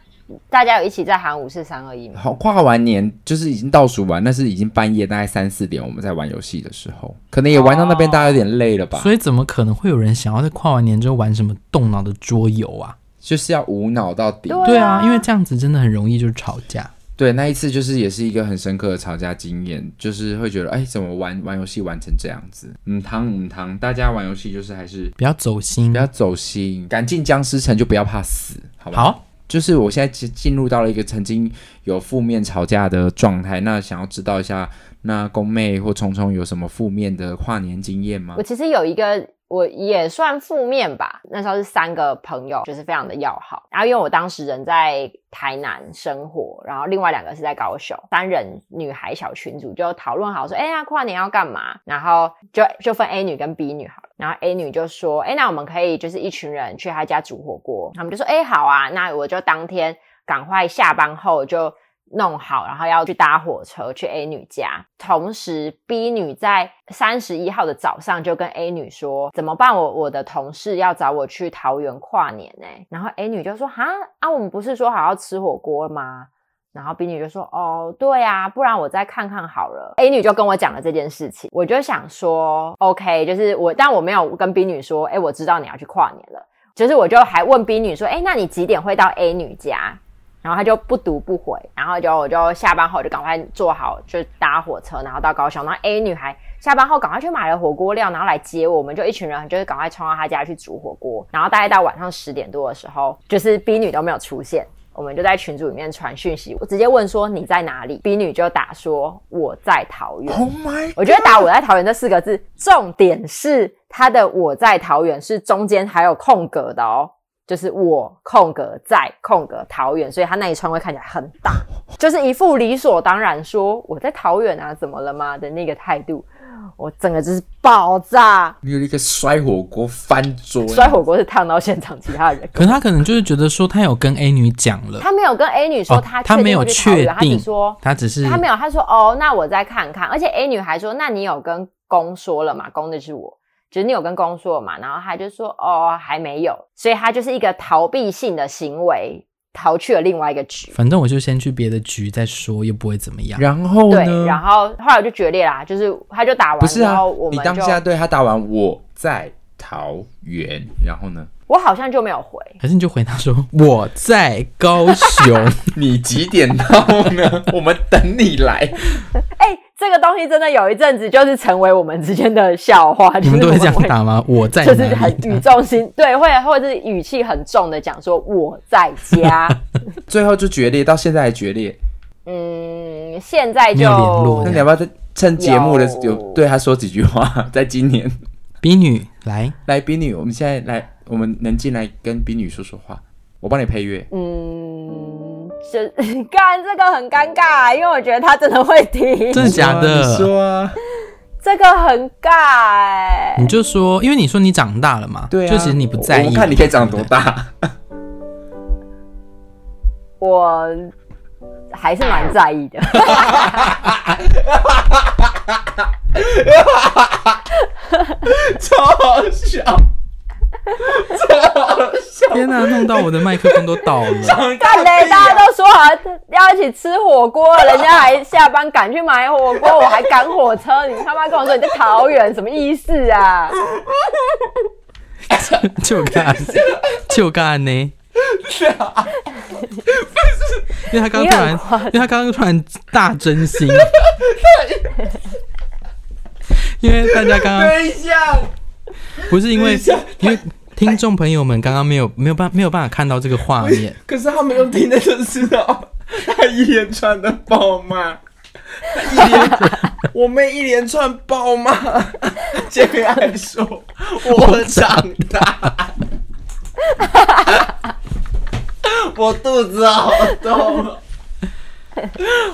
[SPEAKER 3] 大家有一起在喊五四三二一吗？
[SPEAKER 1] 好，跨完年就是已经倒数完，那是已经半夜大概三四点，我们在玩游戏的时候，可能也玩到那边
[SPEAKER 3] 哦
[SPEAKER 1] 大家有点累了吧，
[SPEAKER 2] 所以怎么可能会有人想要在跨完年之后玩什么动脑的桌游啊？
[SPEAKER 1] 就是要无脑到底。
[SPEAKER 2] 对啊，因为这样子真的很容易就吵架。
[SPEAKER 1] 对，那一次就是也是一个很深刻的吵架经验，就是会觉得，哎，怎么玩玩游戏玩成这样子？嗯，汤嗯汤，大家玩游戏就是还是
[SPEAKER 2] 不要走心
[SPEAKER 1] 不。要走心，敢进僵尸城就不要怕死，好不好？
[SPEAKER 2] 好，
[SPEAKER 1] 就是我现在进进入到了一个曾经有负面吵架的状态，那想要知道一下，那宫妹或虫虫有什么负面的跨年经验吗
[SPEAKER 3] 我？其实有一个，我也算负面吧。那时候是三个朋友，就是非常的要好。然后因为我当时人在台南生活，然后另外两个是在高雄，三人女孩小群组就讨论好说，哎、呀，跨年要干嘛？然后就 就分 A 女跟 B 女好了。然后 A 女就说，哎、那我们可以就是一群人去她家煮火锅。他们就说，哎、好啊，那我就当天赶快下班后就。弄好，然后要去搭火车去 A 女家。同时，B 女在三十一号的早上就跟 A 女说：“怎么办？我我的同事要找我去桃园跨年呢、然后 A 女就说：“哈啊，我们不是说好要吃火锅吗？”然后 B 女就说：“哦，对啊，不然我再看看好了。”A 女就跟我讲了这件事情，我就想说，OK，就是我，但我没有跟 B 女说，哎，我知道你要去跨年了。就是我就还问 B 女说，哎，那你几点会到 A 女家？然后他就不读不回，然后就我就下班后就赶快做好，就搭火车，然后到高雄。然后 A 女孩下班后赶快去买了火锅料，然后来接我我们，就一群人就是赶快冲到她家去煮火锅。然后大概到晚上十点多的时候，就是 B 女都没有出现，我们就在群组里面传讯息，我直接问说你在哪里？B 女就打说我在桃园。
[SPEAKER 1] Oh my！
[SPEAKER 3] 我觉得打“我在桃园”这四个字，重点是它的“我在桃园”是中间还有空格的哦，就是我空格在空格桃园，所以它那一串会看起来很大，就是一副理所当然说我在桃园啊，怎么了吗的那个态度，我整个就是爆炸，
[SPEAKER 1] 你有一个摔火锅翻桌，
[SPEAKER 3] 摔火锅是烫到现场其他人。
[SPEAKER 2] 可是他可能就是觉得说他有跟 A 女讲了，
[SPEAKER 3] 他没有跟 A 女说
[SPEAKER 2] 哦
[SPEAKER 3] 他
[SPEAKER 2] 他
[SPEAKER 3] 确
[SPEAKER 2] 没
[SPEAKER 3] 定
[SPEAKER 2] 有
[SPEAKER 3] 会去桃园，
[SPEAKER 2] 确
[SPEAKER 3] 他只
[SPEAKER 2] 定
[SPEAKER 3] 说
[SPEAKER 2] 他只是
[SPEAKER 3] 他没有，他说哦，那我再看看。而且 A 女还说，那你有跟公说了吗？公的是我，就是你有跟公说了嘛？然后他就说哦，还没有，所以他就是一个逃避性的行为，逃去了另外一个局。
[SPEAKER 2] 反正我就先去别的局再说，又不会怎么样。
[SPEAKER 1] 然后
[SPEAKER 3] 对，
[SPEAKER 1] 呢？
[SPEAKER 3] 然后后来我就决裂啦，就是他就打完
[SPEAKER 1] 不是
[SPEAKER 3] 之
[SPEAKER 1] 啊
[SPEAKER 3] 后，我，
[SPEAKER 1] 你
[SPEAKER 3] 们
[SPEAKER 1] 当
[SPEAKER 3] 就
[SPEAKER 1] 下对他打完我在桃园，然后呢？
[SPEAKER 3] 我好像就没有回，
[SPEAKER 2] 还是你就回他说 我在高 雄，
[SPEAKER 1] 你几点到呢？ 我们等你来。
[SPEAKER 3] 哎、这个东西真的有一阵子就是成为我们之间的笑话，
[SPEAKER 2] 你们都
[SPEAKER 3] 就是
[SPEAKER 2] 会
[SPEAKER 3] 我
[SPEAKER 2] 这样打吗？我在
[SPEAKER 3] 就是
[SPEAKER 2] 哪
[SPEAKER 3] 很
[SPEAKER 2] 里？啊
[SPEAKER 3] 语重心对，或者或者是语气很重的讲说我在 家，
[SPEAKER 1] 最后就决裂，到现在还决裂。
[SPEAKER 3] 嗯，现在就
[SPEAKER 2] 没有联络
[SPEAKER 1] 那你要不要再趁节目的有
[SPEAKER 3] 有
[SPEAKER 2] 哦
[SPEAKER 1] 对他说几句话？在今年，
[SPEAKER 2] b 女来，
[SPEAKER 1] 来冰女，我们现在来，我们能进来跟冰女说说话，我帮你配乐。
[SPEAKER 3] 嗯，这 干这个很尴尬，因为我觉得他真的会听，
[SPEAKER 2] 真的假
[SPEAKER 1] 你
[SPEAKER 2] 的？
[SPEAKER 1] 说啊，
[SPEAKER 3] 这个很尬哎、
[SPEAKER 2] 你就说，因为你说你长大了嘛，
[SPEAKER 1] 对啊，
[SPEAKER 2] 就其实你不在
[SPEAKER 1] 我
[SPEAKER 2] 意，
[SPEAKER 1] 们看你可以长多 大。
[SPEAKER 3] 我还是蛮在意 的。
[SPEAKER 2] 啊
[SPEAKER 1] 超好笑，超好笑！
[SPEAKER 2] 天哪、弄到我的麦克风都倒 了。
[SPEAKER 3] 干嘞，大家都说好要一起吃火锅，人家还下班赶去买火锅，我还赶火车，你他妈跟我说你在桃园，什么意思啊？
[SPEAKER 2] 就干，就干呢。
[SPEAKER 4] 啊
[SPEAKER 2] 因为他刚刚突然，
[SPEAKER 3] 你很夸张
[SPEAKER 2] 因为他刚刚突然大真心，因为大家刚刚
[SPEAKER 1] 等一下，
[SPEAKER 2] 不是因为
[SPEAKER 1] 等一下，
[SPEAKER 2] 因为听众朋友们刚刚没有没有办没有办法看到这个画面，
[SPEAKER 4] 啊
[SPEAKER 1] 可是他们用听的就知道，他一连串的暴骂。
[SPEAKER 4] 一连 我妹一连串爆骂， 前面还说我长大， 我肚子好 痛哦，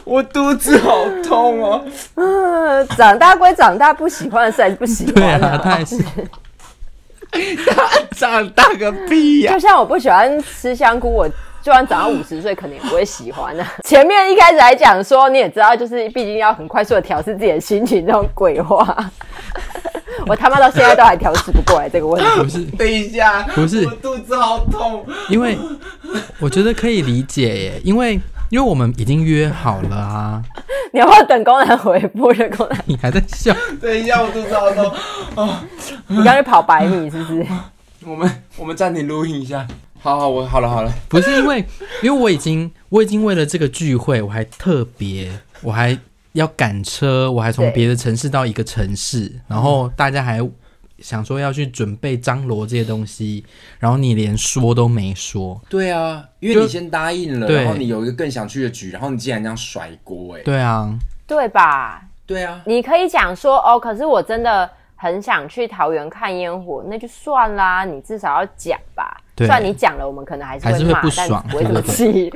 [SPEAKER 4] 我肚子好痛哦。
[SPEAKER 3] 嗯，长大归长大，不喜欢的事还是不喜
[SPEAKER 2] 对
[SPEAKER 3] 欢
[SPEAKER 2] 啊，他还是
[SPEAKER 4] 长大个屁呀、
[SPEAKER 3] 就像我不喜欢吃香菇，我就算长到五十岁，可能也不会喜欢的、 前面一开始还讲说，你也知道，就是毕竟要很快速的调试自己的心情，这种鬼话，我他妈到现在都还调试不过来这个问题。
[SPEAKER 2] 不是
[SPEAKER 4] 等一下，
[SPEAKER 2] 不是
[SPEAKER 4] 我肚子好痛，
[SPEAKER 2] 因为我觉得可以理解耶，因为因为我们已经约好了啊，
[SPEAKER 3] 你要不要等工人回复？这工人，
[SPEAKER 2] 你还在笑，
[SPEAKER 4] 等一下我肚子好痛。啊
[SPEAKER 3] 你刚去跑百米是不是？
[SPEAKER 4] 我们我们暂停录音一下。好好，我好了好了，
[SPEAKER 2] 不是因为 因为我已经我已经为了这个聚会，我还特别我还要赶车，我还从
[SPEAKER 3] 对
[SPEAKER 2] 别的城市到一个城市，然后大家还想说要去准备张罗这些东西，然后你连说都没说，
[SPEAKER 4] 对啊，因为
[SPEAKER 2] 就
[SPEAKER 4] 你先答应了，
[SPEAKER 2] 对
[SPEAKER 4] 然后你有一个更想去的局，然后你竟然这样甩锅、哎，
[SPEAKER 2] 对啊，
[SPEAKER 3] 对吧？
[SPEAKER 4] 对啊，
[SPEAKER 3] 你可以讲说哦，可是我真的很想去桃园看烟火，那就算啦，你至少要讲吧。
[SPEAKER 2] 对
[SPEAKER 3] 虽然你讲了，我们可能还是
[SPEAKER 2] 还是
[SPEAKER 3] 会
[SPEAKER 2] 会
[SPEAKER 3] 骂，
[SPEAKER 2] 不爽
[SPEAKER 3] 但不会这
[SPEAKER 2] 对
[SPEAKER 3] 么
[SPEAKER 2] 不
[SPEAKER 3] 气。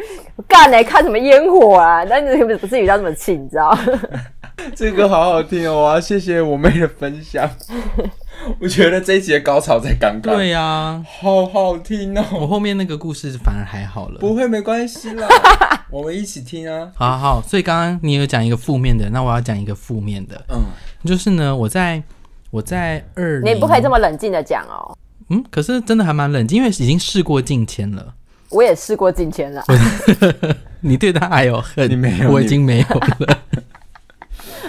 [SPEAKER 3] 干嘞、看什么烟火啊？ 那你不不至于到这么气，你知道？
[SPEAKER 2] 嗯
[SPEAKER 4] 这个好好听哦，我要谢谢我妹的分享。我觉得这一集的高潮在刚刚，
[SPEAKER 2] 对，啊，
[SPEAKER 4] 好好听
[SPEAKER 2] 我
[SPEAKER 4] 哦。
[SPEAKER 2] 后面那个故事反而还好了。
[SPEAKER 4] 不会，没关系啦，我们一起听啊。
[SPEAKER 2] 好好，所以刚刚你有讲一个负面的，那我要讲一个负面的，
[SPEAKER 4] 嗯，
[SPEAKER 2] 就是呢，我在我在二，
[SPEAKER 3] 你不可以这
[SPEAKER 2] 么，
[SPEAKER 3] 么冷静的讲哦。
[SPEAKER 2] 嗯，可是真的还蛮冷静，因为已经事过境迁了，
[SPEAKER 3] 我也试过进签了，
[SPEAKER 2] 你对他还有恨，
[SPEAKER 4] 你没有
[SPEAKER 2] 我已
[SPEAKER 4] 你
[SPEAKER 2] 经没有了。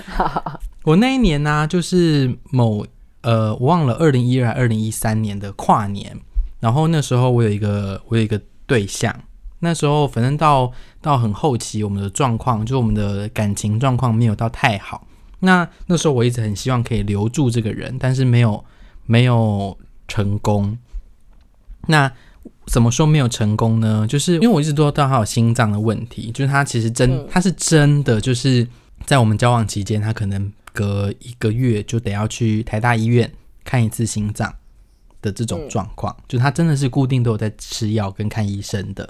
[SPEAKER 2] 我那一年呢、就是某呃，我忘了二零一二二零一三年的跨年，然后那时候我有一个我有一个对象，那时候反正到到很后期，我们的状况就是我们的感情状况没有到太好。那那时候我一直很希望可以留住这个人，但是没有没有成功。那怎么说没有成功呢？就是因为我一直都知道他有心脏的问题，就是他其实真、
[SPEAKER 3] 嗯
[SPEAKER 2] 他是真的就是在我们交往期间，他可能隔一个月就得要去台大医院看一次心脏的这种状况，就他真的是固定都有在吃药跟看医生的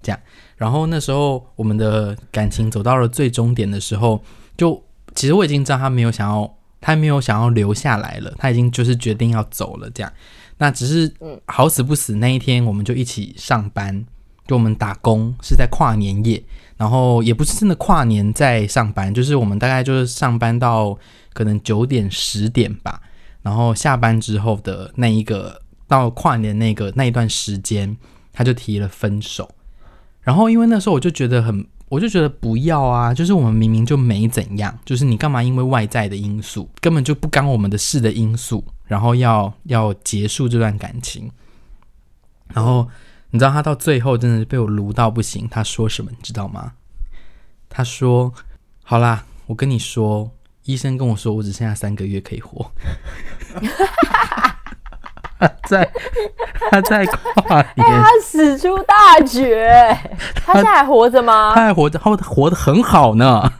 [SPEAKER 2] 这样。然后那时候我们的感情走到了最终点的时候，就其实我已经知道他没有想要，他没有想要留下来了，他已经就是决定要走了这样。那只是
[SPEAKER 3] 嗯
[SPEAKER 2] 好死不死那一天，我们就一起上班，就我们打工是在跨年夜，然后也不是真的跨年在上班，就是我们大概就是上班到可能九点十点吧，然后下班之后的那一个到跨年那个那一段时间，他就提了分手。然后因为那时候我就觉得很，我就觉得不要啊，就是我们明明就没怎样，就是你干嘛因为外在的因素，根本就不干我们的事的因素，然后要要结束这段感情。然后你知道他到最后真的是被我撸到不行，他说什么你知道吗？他说：“好啦，我跟你说，医生跟我说我只剩下三个月可以活。” 他在他在跨年
[SPEAKER 3] 他使出大 绝，他现在还活着吗？
[SPEAKER 2] 他还活着，他活得很好呢。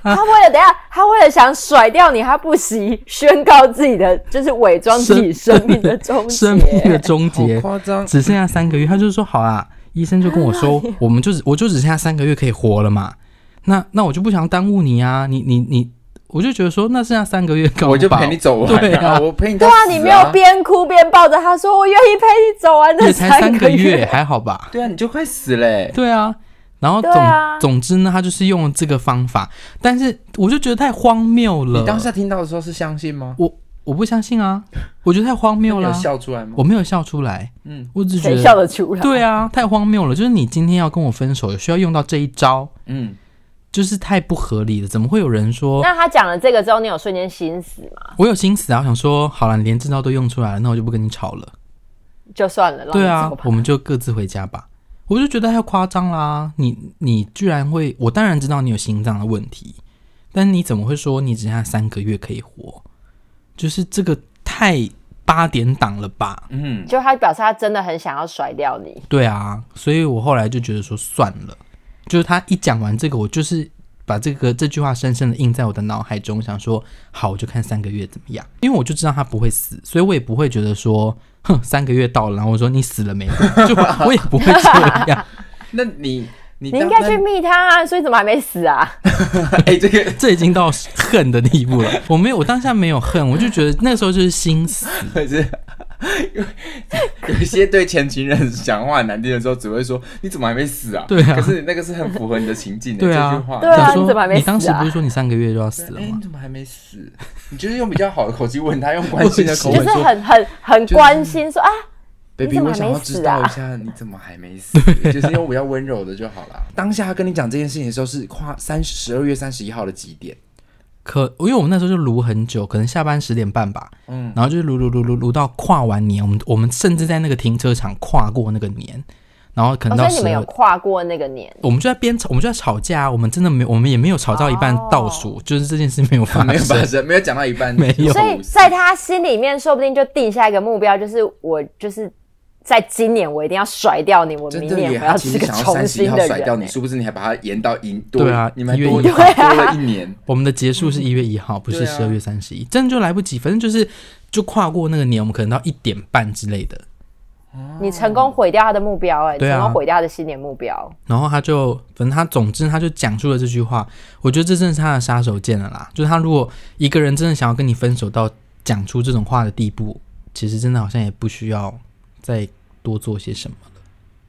[SPEAKER 3] 他为了等一下，他为了想甩掉你，他不惜宣告自己的就是伪装自己生命的终结。
[SPEAKER 2] 生命的终结
[SPEAKER 4] 好夸张
[SPEAKER 2] 只剩下三个月。他就说好啦，医生就跟我说，我们就只我就只剩下三个月可以活了嘛。那那我就不想耽误你啊，你你你，我就觉得说那剩下三个月，
[SPEAKER 4] 我就陪你。走完、
[SPEAKER 2] 对啊
[SPEAKER 4] 我陪你到
[SPEAKER 3] 对
[SPEAKER 4] 死、
[SPEAKER 3] 啊，你没有。边哭边抱着他说：“我愿意陪你走完这
[SPEAKER 2] 也才
[SPEAKER 3] 三
[SPEAKER 2] 三个
[SPEAKER 3] 月。
[SPEAKER 2] 月，还好吧？
[SPEAKER 4] 对啊，你就快死嘞、
[SPEAKER 2] 对啊，然后
[SPEAKER 3] 对
[SPEAKER 2] 总、
[SPEAKER 3] 啊
[SPEAKER 2] 总之呢，他就是用了这个方法，但是我就觉得太荒谬了。
[SPEAKER 4] 你当下听到的时候是相信吗？
[SPEAKER 2] 我我不相信啊，我觉得太荒谬
[SPEAKER 4] 你
[SPEAKER 2] 了
[SPEAKER 4] 有
[SPEAKER 2] 啊。
[SPEAKER 4] 笑出来吗？
[SPEAKER 2] 我没有笑出来，
[SPEAKER 4] 嗯
[SPEAKER 2] 我只”觉
[SPEAKER 3] 谁
[SPEAKER 2] 得
[SPEAKER 3] 笑得出来？
[SPEAKER 2] 对啊，太荒谬了！就是你今天要跟我分手，有需要用到这一招，
[SPEAKER 4] 嗯，
[SPEAKER 2] 就是太不合理了。怎么会有人说
[SPEAKER 3] 那他讲了这个之后，你有瞬间心死吗？
[SPEAKER 2] 我有心思啊？我想说，好了，你连这招都用出来了，那我就不跟你吵了。
[SPEAKER 3] 就算了，让
[SPEAKER 2] 对
[SPEAKER 3] 你
[SPEAKER 2] 啊
[SPEAKER 3] 走吧，
[SPEAKER 2] 我们就各自回家吧。我就觉得太夸张啦！你你居然会，我当然知道你有心脏的问题，但你怎么会说你只剩下三个月可以活？就是这个太八点档了吧？
[SPEAKER 4] 嗯，
[SPEAKER 3] 就他表示他真的很想要甩掉
[SPEAKER 1] 嗯
[SPEAKER 3] 你。
[SPEAKER 2] 对啊，所以我后来就觉得说算了，就是他一讲完这个，我就是把这个这句话深深的印在我的脑海中，想说好，我就看三个月怎么样，因为我就知道他不会死，所以我也不会觉得说，哼，三个月到了，然后我说你死了没有，就我我也不会这样。
[SPEAKER 1] 那你你
[SPEAKER 3] 你
[SPEAKER 1] 当
[SPEAKER 3] 应该去密他啊，所以怎么还没死啊？
[SPEAKER 1] 那哎，这个
[SPEAKER 2] 这已经到恨的地步了。我没有，我当下没有恨，我就觉得那时候就是心死。
[SPEAKER 1] 可是 有一些对前情人讲话很难听的时候，只会说你怎么还没死啊？
[SPEAKER 2] 对啊
[SPEAKER 1] 可是那个是很符合你的情境的
[SPEAKER 2] 对
[SPEAKER 1] 这
[SPEAKER 2] 啊
[SPEAKER 1] 句话，
[SPEAKER 3] 对啊啊
[SPEAKER 2] 想说
[SPEAKER 3] 你怎么还没死啊
[SPEAKER 2] 你当时不是说你三个月就要死了
[SPEAKER 1] 哎、
[SPEAKER 2] 吗
[SPEAKER 1] 你？怎么还没死？你就是用比较好的口气问他，用关心的口
[SPEAKER 3] 就
[SPEAKER 1] 吻
[SPEAKER 3] 是
[SPEAKER 1] 说
[SPEAKER 3] 很很很
[SPEAKER 1] 是
[SPEAKER 3] 关心说啊，
[SPEAKER 1] ：“baby，
[SPEAKER 3] 你怎么
[SPEAKER 1] 我
[SPEAKER 3] 还
[SPEAKER 1] 想
[SPEAKER 3] 没
[SPEAKER 1] 要
[SPEAKER 3] 死
[SPEAKER 1] 知道一
[SPEAKER 3] 啊
[SPEAKER 1] 下你怎么还没死。” 就是用比较温柔的就好了。当下他跟你讲这件事情的时候是跨三十二月三十一号的几 点？
[SPEAKER 2] 可因为我们那时候就撸很久，可能下班十点半吧，
[SPEAKER 1] 嗯
[SPEAKER 2] 嗯，然后就撸撸撸撸撸到跨完年，我们我们甚至在那个停车场跨过那个年，然后可能
[SPEAKER 3] 哦所
[SPEAKER 2] 到
[SPEAKER 3] 以你
[SPEAKER 2] 十
[SPEAKER 3] 们
[SPEAKER 2] 二、
[SPEAKER 3] 有跨过那个年，
[SPEAKER 2] 我们就在边吵，我们就在吵架啊，我们真的没有，我们也没有吵到一半
[SPEAKER 3] 哦
[SPEAKER 2] 倒数，就是这件事没有 发
[SPEAKER 1] 没有
[SPEAKER 2] 生
[SPEAKER 1] 发。生，没有讲到一半，
[SPEAKER 2] 啊没有
[SPEAKER 1] 就
[SPEAKER 3] 所以
[SPEAKER 1] 是
[SPEAKER 3] 在他心里面，说不定就定下一个目标，就是我就是在今年我一定要甩掉你，我
[SPEAKER 1] 真
[SPEAKER 3] 明
[SPEAKER 1] 的
[SPEAKER 3] 年
[SPEAKER 1] 耶，
[SPEAKER 3] 我要
[SPEAKER 1] 他
[SPEAKER 3] 是
[SPEAKER 1] 其实
[SPEAKER 3] 个
[SPEAKER 1] 想要
[SPEAKER 3] 重
[SPEAKER 1] 三十一
[SPEAKER 3] 新
[SPEAKER 1] 号
[SPEAKER 3] 的
[SPEAKER 1] 甩掉
[SPEAKER 3] 人欸
[SPEAKER 1] 你，。殊不知你还把它延到一多，
[SPEAKER 2] 对啊
[SPEAKER 1] 你们还
[SPEAKER 2] 一月
[SPEAKER 1] 多
[SPEAKER 2] 一
[SPEAKER 1] 多
[SPEAKER 3] 号
[SPEAKER 1] 了一 年。
[SPEAKER 2] 我们的结束
[SPEAKER 3] 嗯
[SPEAKER 2] 是一月一号，不是
[SPEAKER 1] 对啊
[SPEAKER 2] 十二月三十一，真的就来不及。反正就是就跨过那个年，我们可能到一点半之类的。
[SPEAKER 3] 你成功毁掉他的目标、哎、你
[SPEAKER 2] 对啊
[SPEAKER 3] 成功毁掉他的新年目标。
[SPEAKER 2] 然后他就，反正他总之他就讲出了这句话，我觉得这真的是他的杀手锏了啦。就是他如果一个人真的想要跟你分手到讲出这种话的地步，其实真的好像也不需要再多做些什么了，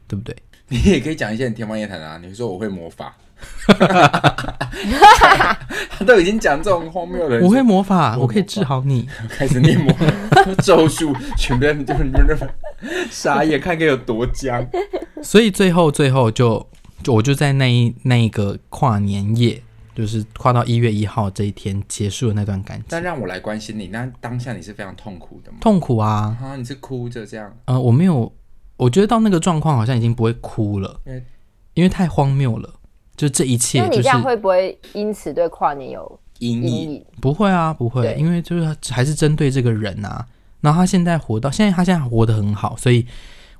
[SPEAKER 2] 对不对？
[SPEAKER 1] 你也可以讲一些很天方夜谭啊，你说我会魔 法，他都已经讲这种荒谬的人，
[SPEAKER 2] 我会魔法，
[SPEAKER 1] 我
[SPEAKER 2] 我可以
[SPEAKER 1] 魔法
[SPEAKER 2] 治好你。
[SPEAKER 1] 开始念魔咒术，全边就是你们那么傻眼，看看有多僵。
[SPEAKER 2] 所以最后最后就就我就在那一那一个跨年夜，就是跨到一月一号这一天结束了那段感
[SPEAKER 1] 但
[SPEAKER 2] 情，
[SPEAKER 1] 让我来关心你，那当下你是非常痛苦的吗？
[SPEAKER 2] 痛苦啊。
[SPEAKER 1] 啊，你是哭着这样，
[SPEAKER 2] 呃，我没有，我觉得到那个状况好像已经不会哭了，
[SPEAKER 1] 嗯
[SPEAKER 2] 因为太荒谬了。就这一切
[SPEAKER 3] 那
[SPEAKER 2] 就
[SPEAKER 3] 你这
[SPEAKER 2] 是
[SPEAKER 3] 样会不会因此对跨年有
[SPEAKER 1] 阴
[SPEAKER 3] 阴
[SPEAKER 1] 影。
[SPEAKER 3] 影？
[SPEAKER 2] 不会啊，不会
[SPEAKER 3] 对，
[SPEAKER 2] 因为就是他还是针对这个人啊。然后他现在活到现在，他现在活得很好，所以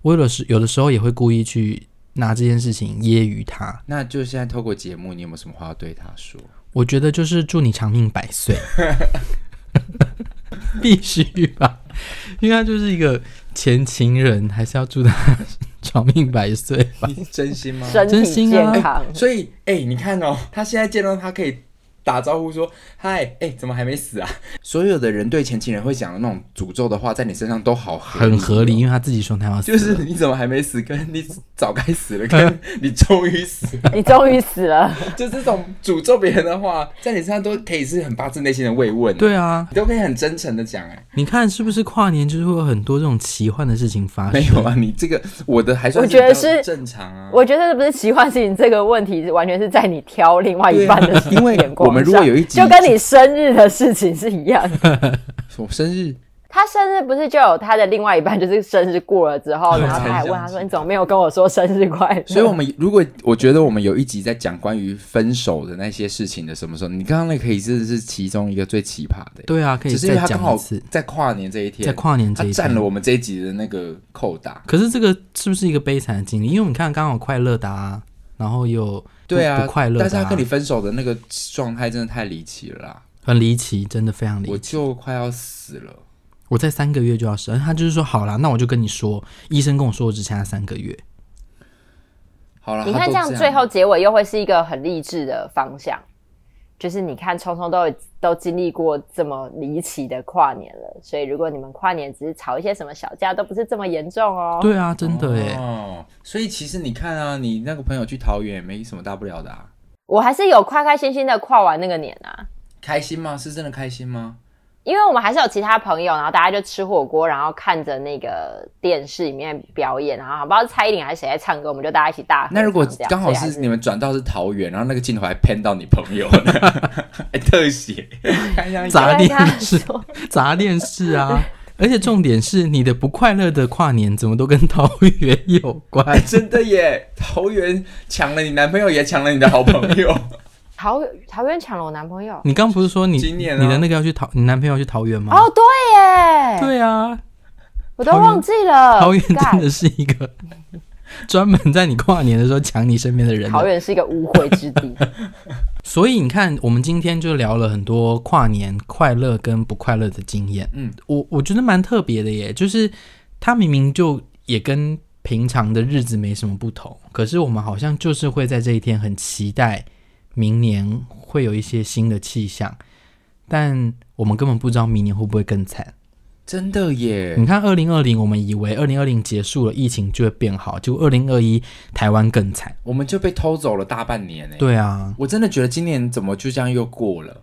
[SPEAKER 2] 我有的时有的时候也会故意去拿这件事情揶揄他。
[SPEAKER 1] 那就现在透过节目，你有没有什么话要对他说？
[SPEAKER 2] 我觉得就是祝你长命百岁，必须吧，因为他就是一个前情人，还是要祝他 长命百岁吧。
[SPEAKER 1] 你是真心吗？
[SPEAKER 3] 身
[SPEAKER 2] 真
[SPEAKER 3] 体
[SPEAKER 2] 心啊
[SPEAKER 3] 健 康，
[SPEAKER 1] 所以，哎、你看哦，他现在见到他可以打招呼说“嗨，哎、怎么还没死啊？”所有的人对前情人会讲的那种诅咒的话，在你身上都好合
[SPEAKER 2] 很合理，
[SPEAKER 1] 哦。
[SPEAKER 2] 因为他自己说他要死
[SPEAKER 1] 就
[SPEAKER 2] 了，
[SPEAKER 1] 是你怎么还没死，跟你早该死了，
[SPEAKER 2] 嗯
[SPEAKER 1] 跟你终于死了，
[SPEAKER 3] 你终于死了。
[SPEAKER 1] 就这种诅咒别人的话，在你身上都可以是很发自内心的慰问，，
[SPEAKER 2] 对啊，
[SPEAKER 1] 你都可以很真诚的讲、哎，
[SPEAKER 2] 你看是不是跨年就是会有很多这种奇幻的事情发生？
[SPEAKER 1] 没有啊，你这个我的还算
[SPEAKER 3] 我觉得
[SPEAKER 1] 比较
[SPEAKER 3] 是
[SPEAKER 1] 正常啊。
[SPEAKER 3] 我觉得这不是奇幻事情这个问题，完全是在你挑另外一半的
[SPEAKER 1] 啊因为
[SPEAKER 3] 眼光上。
[SPEAKER 1] 我们如果有一集
[SPEAKER 3] 就跟你生日的事情是一样的。
[SPEAKER 1] 我生日
[SPEAKER 3] 他生日不是就有他的另外一半，就是生日过了 之后，
[SPEAKER 1] 对
[SPEAKER 3] 然后他还
[SPEAKER 1] 才
[SPEAKER 3] 问
[SPEAKER 1] 想
[SPEAKER 3] 他
[SPEAKER 1] 起
[SPEAKER 3] 说：“你怎么没有跟我说生日快乐？”
[SPEAKER 1] 所以，我们如果我觉得我们有一集在讲关于分手的那些事情的什么时候，你刚刚那可以真的是其中一个最奇葩的，，欸
[SPEAKER 2] 对啊，可以
[SPEAKER 1] 只是因
[SPEAKER 2] 再
[SPEAKER 1] 为他刚
[SPEAKER 2] 讲
[SPEAKER 1] 好
[SPEAKER 2] 一次，
[SPEAKER 1] 在跨年这一天，
[SPEAKER 2] 在跨年这一
[SPEAKER 1] 他占了
[SPEAKER 2] 天。
[SPEAKER 1] 我们这一集的那个扣打。
[SPEAKER 2] 可是这个是不是一个悲惨的经历？因为我们看刚好快乐的啊，然后有不
[SPEAKER 1] 对啊，
[SPEAKER 2] 不快乐的、
[SPEAKER 1] 但
[SPEAKER 2] 啊，
[SPEAKER 1] 是他跟你分手的那个状态真的太离奇了啦，
[SPEAKER 2] 很离奇，真的非常离
[SPEAKER 1] 我
[SPEAKER 2] 奇。
[SPEAKER 1] 就快要死了。
[SPEAKER 2] 我在三个月就要生，他就是说好啦，那我就跟你说，医生跟我说我只剩下三个月，
[SPEAKER 1] 好了，
[SPEAKER 3] 你
[SPEAKER 1] 啊他
[SPEAKER 3] 看
[SPEAKER 1] 都
[SPEAKER 3] 这样，最后结尾又会是一个很励志的方向。就是你看，聪聪都有都经历过这么离奇的跨年了，所以如果你们跨年只是吵一些什么小架，都不是这么严重哦。
[SPEAKER 2] 对啊，真的耶。
[SPEAKER 1] 哦，所以其实你看啊，你那个朋友去桃园也没什么大不了的啊，
[SPEAKER 3] 我还是有开开心心的跨完那个年啊，
[SPEAKER 1] 开心吗？是真的开心吗？
[SPEAKER 3] 因为我们还是有其他朋友，然后大家就吃火锅，然后看着那个电视里面表演，然后不知道是蔡依林还是谁在唱歌，我们就大家一起大啊合唱这
[SPEAKER 1] 那
[SPEAKER 3] 样。
[SPEAKER 1] 如果刚好
[SPEAKER 3] 所以还
[SPEAKER 1] 是你们转到是桃园，然后那个镜头还 pan 到你朋 友呢，还特写，看一下
[SPEAKER 2] 杂
[SPEAKER 3] 就跟他
[SPEAKER 2] 恋式
[SPEAKER 3] 说，
[SPEAKER 2] 杂恋式啊，而且重点是你的不快乐的跨年怎么都跟桃园有关？
[SPEAKER 1] 哎，真的耶！桃园抢了你男朋友，也抢了你的好朋 友，
[SPEAKER 3] 桃桃园抢了我男朋友。
[SPEAKER 2] 你刚不是说你
[SPEAKER 1] 今年啊
[SPEAKER 2] 你的那个要去桃，你男朋友要去桃园
[SPEAKER 1] 嗯
[SPEAKER 2] 吗？
[SPEAKER 3] 哦，对耶，
[SPEAKER 2] 对啊，
[SPEAKER 3] 我都忘记了。
[SPEAKER 2] 桃园
[SPEAKER 3] 干
[SPEAKER 2] 真的是一个 专门在你跨年的时候抢你身边的人的。
[SPEAKER 3] 桃园是一个污秽 之地。
[SPEAKER 2] 所以你看，我们今天就聊了很多跨年快乐跟不快乐的经验。
[SPEAKER 1] 嗯，
[SPEAKER 2] 我我觉得蛮特别的耶，就是它明明就也跟平常的日子没什么不同，可是我们好像就是会在这一天很期待明年会有一些新的气象，但我们根本不知道明年会不会更惨。
[SPEAKER 1] 真的耶
[SPEAKER 2] 你，看，二零二零我们以为二零二零结束了，疫情就会变好，结果二零二一台湾更惨。
[SPEAKER 1] 我们就被偷走了大半年哎。，
[SPEAKER 2] 对啊，
[SPEAKER 1] 我真的觉得今年怎么就这样又过了？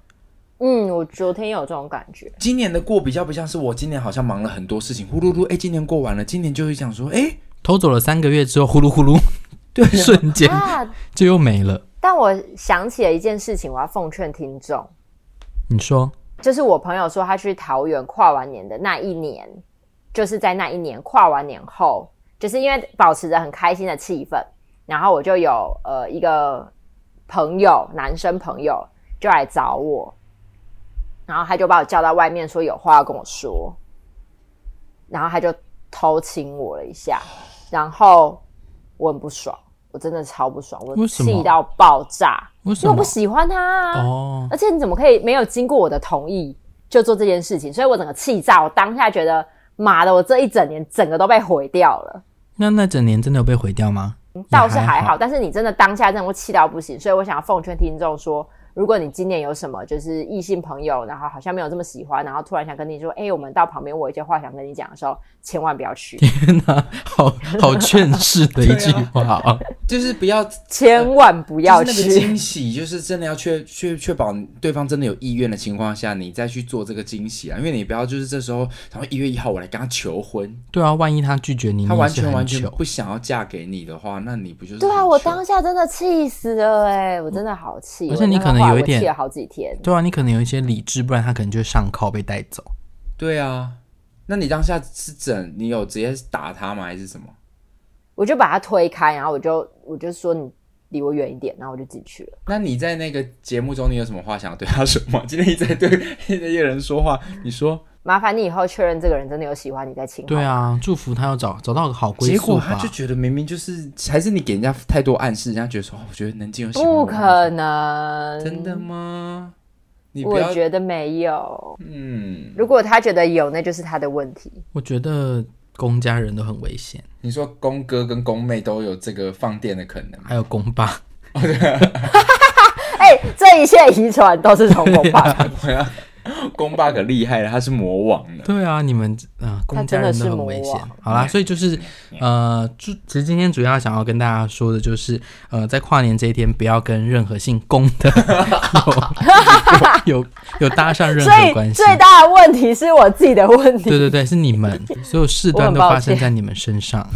[SPEAKER 3] 嗯，我昨天有这种感觉。
[SPEAKER 1] 今年的过比较不像是我今年好像忙了很多事情，呼噜噜，哎、今年过完了，今年就会想说，哎、
[SPEAKER 2] 偷走了三个月之后，呼噜呼噜，对、 瞬间
[SPEAKER 3] 啊！
[SPEAKER 2] 就又没了。
[SPEAKER 3] 但我想起了一件事情，我要奉劝听众，
[SPEAKER 2] 你说
[SPEAKER 3] 就是我朋友说他去桃园跨完年的那一年，就是在那一年跨完年后，就是因为保持着很开心的气氛，然后我就有呃一个朋友，男生朋友就来找我，然后他就把我叫到外面说有话要跟我说，然后他就偷亲我了一下，然后我很不爽，我真的超不爽，我
[SPEAKER 2] 为什么
[SPEAKER 3] 气到爆炸，
[SPEAKER 2] 为
[SPEAKER 3] 因
[SPEAKER 2] 什
[SPEAKER 3] 为我
[SPEAKER 2] 么
[SPEAKER 3] 不？喜欢他啊。
[SPEAKER 2] 哦，
[SPEAKER 3] 而且你怎么可以没有经过我的同意就做这件事情？所以我整个气炸，我当下觉得妈的，我这一整年整个都被毁掉了。
[SPEAKER 2] 那那整年真的有被毁掉吗？
[SPEAKER 3] 倒是
[SPEAKER 2] 也还
[SPEAKER 3] 还
[SPEAKER 2] 好
[SPEAKER 3] 好，但是你真的当下真的会气到不行，所以我想要奉劝听众说，如果你今年有什么就是异性朋友，然后好像没有这么喜欢，然后突然想跟你说，哎、我们到旁边，我有一些话想跟你讲的时候，千万不 要去，
[SPEAKER 2] 天哪，好好劝世的一句话啊！
[SPEAKER 1] 就是不要，就是
[SPEAKER 3] 千万不要
[SPEAKER 1] 那个
[SPEAKER 3] 去。
[SPEAKER 1] 惊喜，就是真的要确确确保对方真的有意愿的情况下，你再去做这个惊喜啊，因为你不要就是这时候，然后一月一号我来跟他求婚，
[SPEAKER 2] 对啊，万一他拒绝你，
[SPEAKER 1] 他
[SPEAKER 2] 你也
[SPEAKER 1] 完
[SPEAKER 2] 是
[SPEAKER 1] 全
[SPEAKER 2] 很
[SPEAKER 1] 完全
[SPEAKER 2] 糗
[SPEAKER 1] 不想要嫁给你的话，那你不就是
[SPEAKER 3] 对啊，
[SPEAKER 1] 很
[SPEAKER 3] 我
[SPEAKER 1] 糗
[SPEAKER 3] 当下真的气死了哎、我真的好气，
[SPEAKER 2] 嗯而且你
[SPEAKER 3] 我那个
[SPEAKER 2] 可能
[SPEAKER 3] 话
[SPEAKER 2] 有一
[SPEAKER 3] 我
[SPEAKER 2] 点
[SPEAKER 3] 气了好几天。
[SPEAKER 2] 对啊，你可能有一些理智，不然他可能就会上铐被带走。
[SPEAKER 1] 对啊，那你当下是整你有直接打他吗，还是什么？
[SPEAKER 3] 我就把他推开，然后我就我就说你离我远一点，然后我就进去了。
[SPEAKER 1] 那你在那个节目中，你有什么话想要对他说吗？今天一直在对那些人说话，你 说，
[SPEAKER 3] 麻烦你以后确认这个人真的有喜欢你再亲。
[SPEAKER 2] 对，啊，祝福他要找找到个好归
[SPEAKER 1] 结
[SPEAKER 2] 宿
[SPEAKER 1] 果他
[SPEAKER 2] 吧
[SPEAKER 1] 就。觉得明明就是，还是你给人家太多暗示，人家觉得说，哦我觉得能进有喜欢我
[SPEAKER 3] 不可，能，
[SPEAKER 1] 真的吗？你不
[SPEAKER 3] 我
[SPEAKER 1] 要，
[SPEAKER 3] 觉得没有。
[SPEAKER 1] 嗯，
[SPEAKER 3] 如果他觉得有，那就是他的问题。
[SPEAKER 2] 我觉得公家人都很危险，
[SPEAKER 1] 你说公哥跟公妹都有这个放电的可 能吗？
[SPEAKER 2] 还有公爸。
[SPEAKER 3] 哎、这一切遗传都是从我 爸爸。
[SPEAKER 1] 公啊爸可厉害了，他是魔王呢。
[SPEAKER 2] 对啊，你们啊、呃，公家人都很危
[SPEAKER 3] 真的是魔
[SPEAKER 2] 险
[SPEAKER 3] 王。
[SPEAKER 2] 好啦，所以就是呃，就其实今天主要想要跟大家说的就是，呃，在跨年这一天，不要跟任何姓公的 有有有有搭上任何
[SPEAKER 3] 最
[SPEAKER 2] 关系。
[SPEAKER 3] 最大的问题是我自己的问题。
[SPEAKER 2] 对对对，是你们所有事端都发生在你们身 上。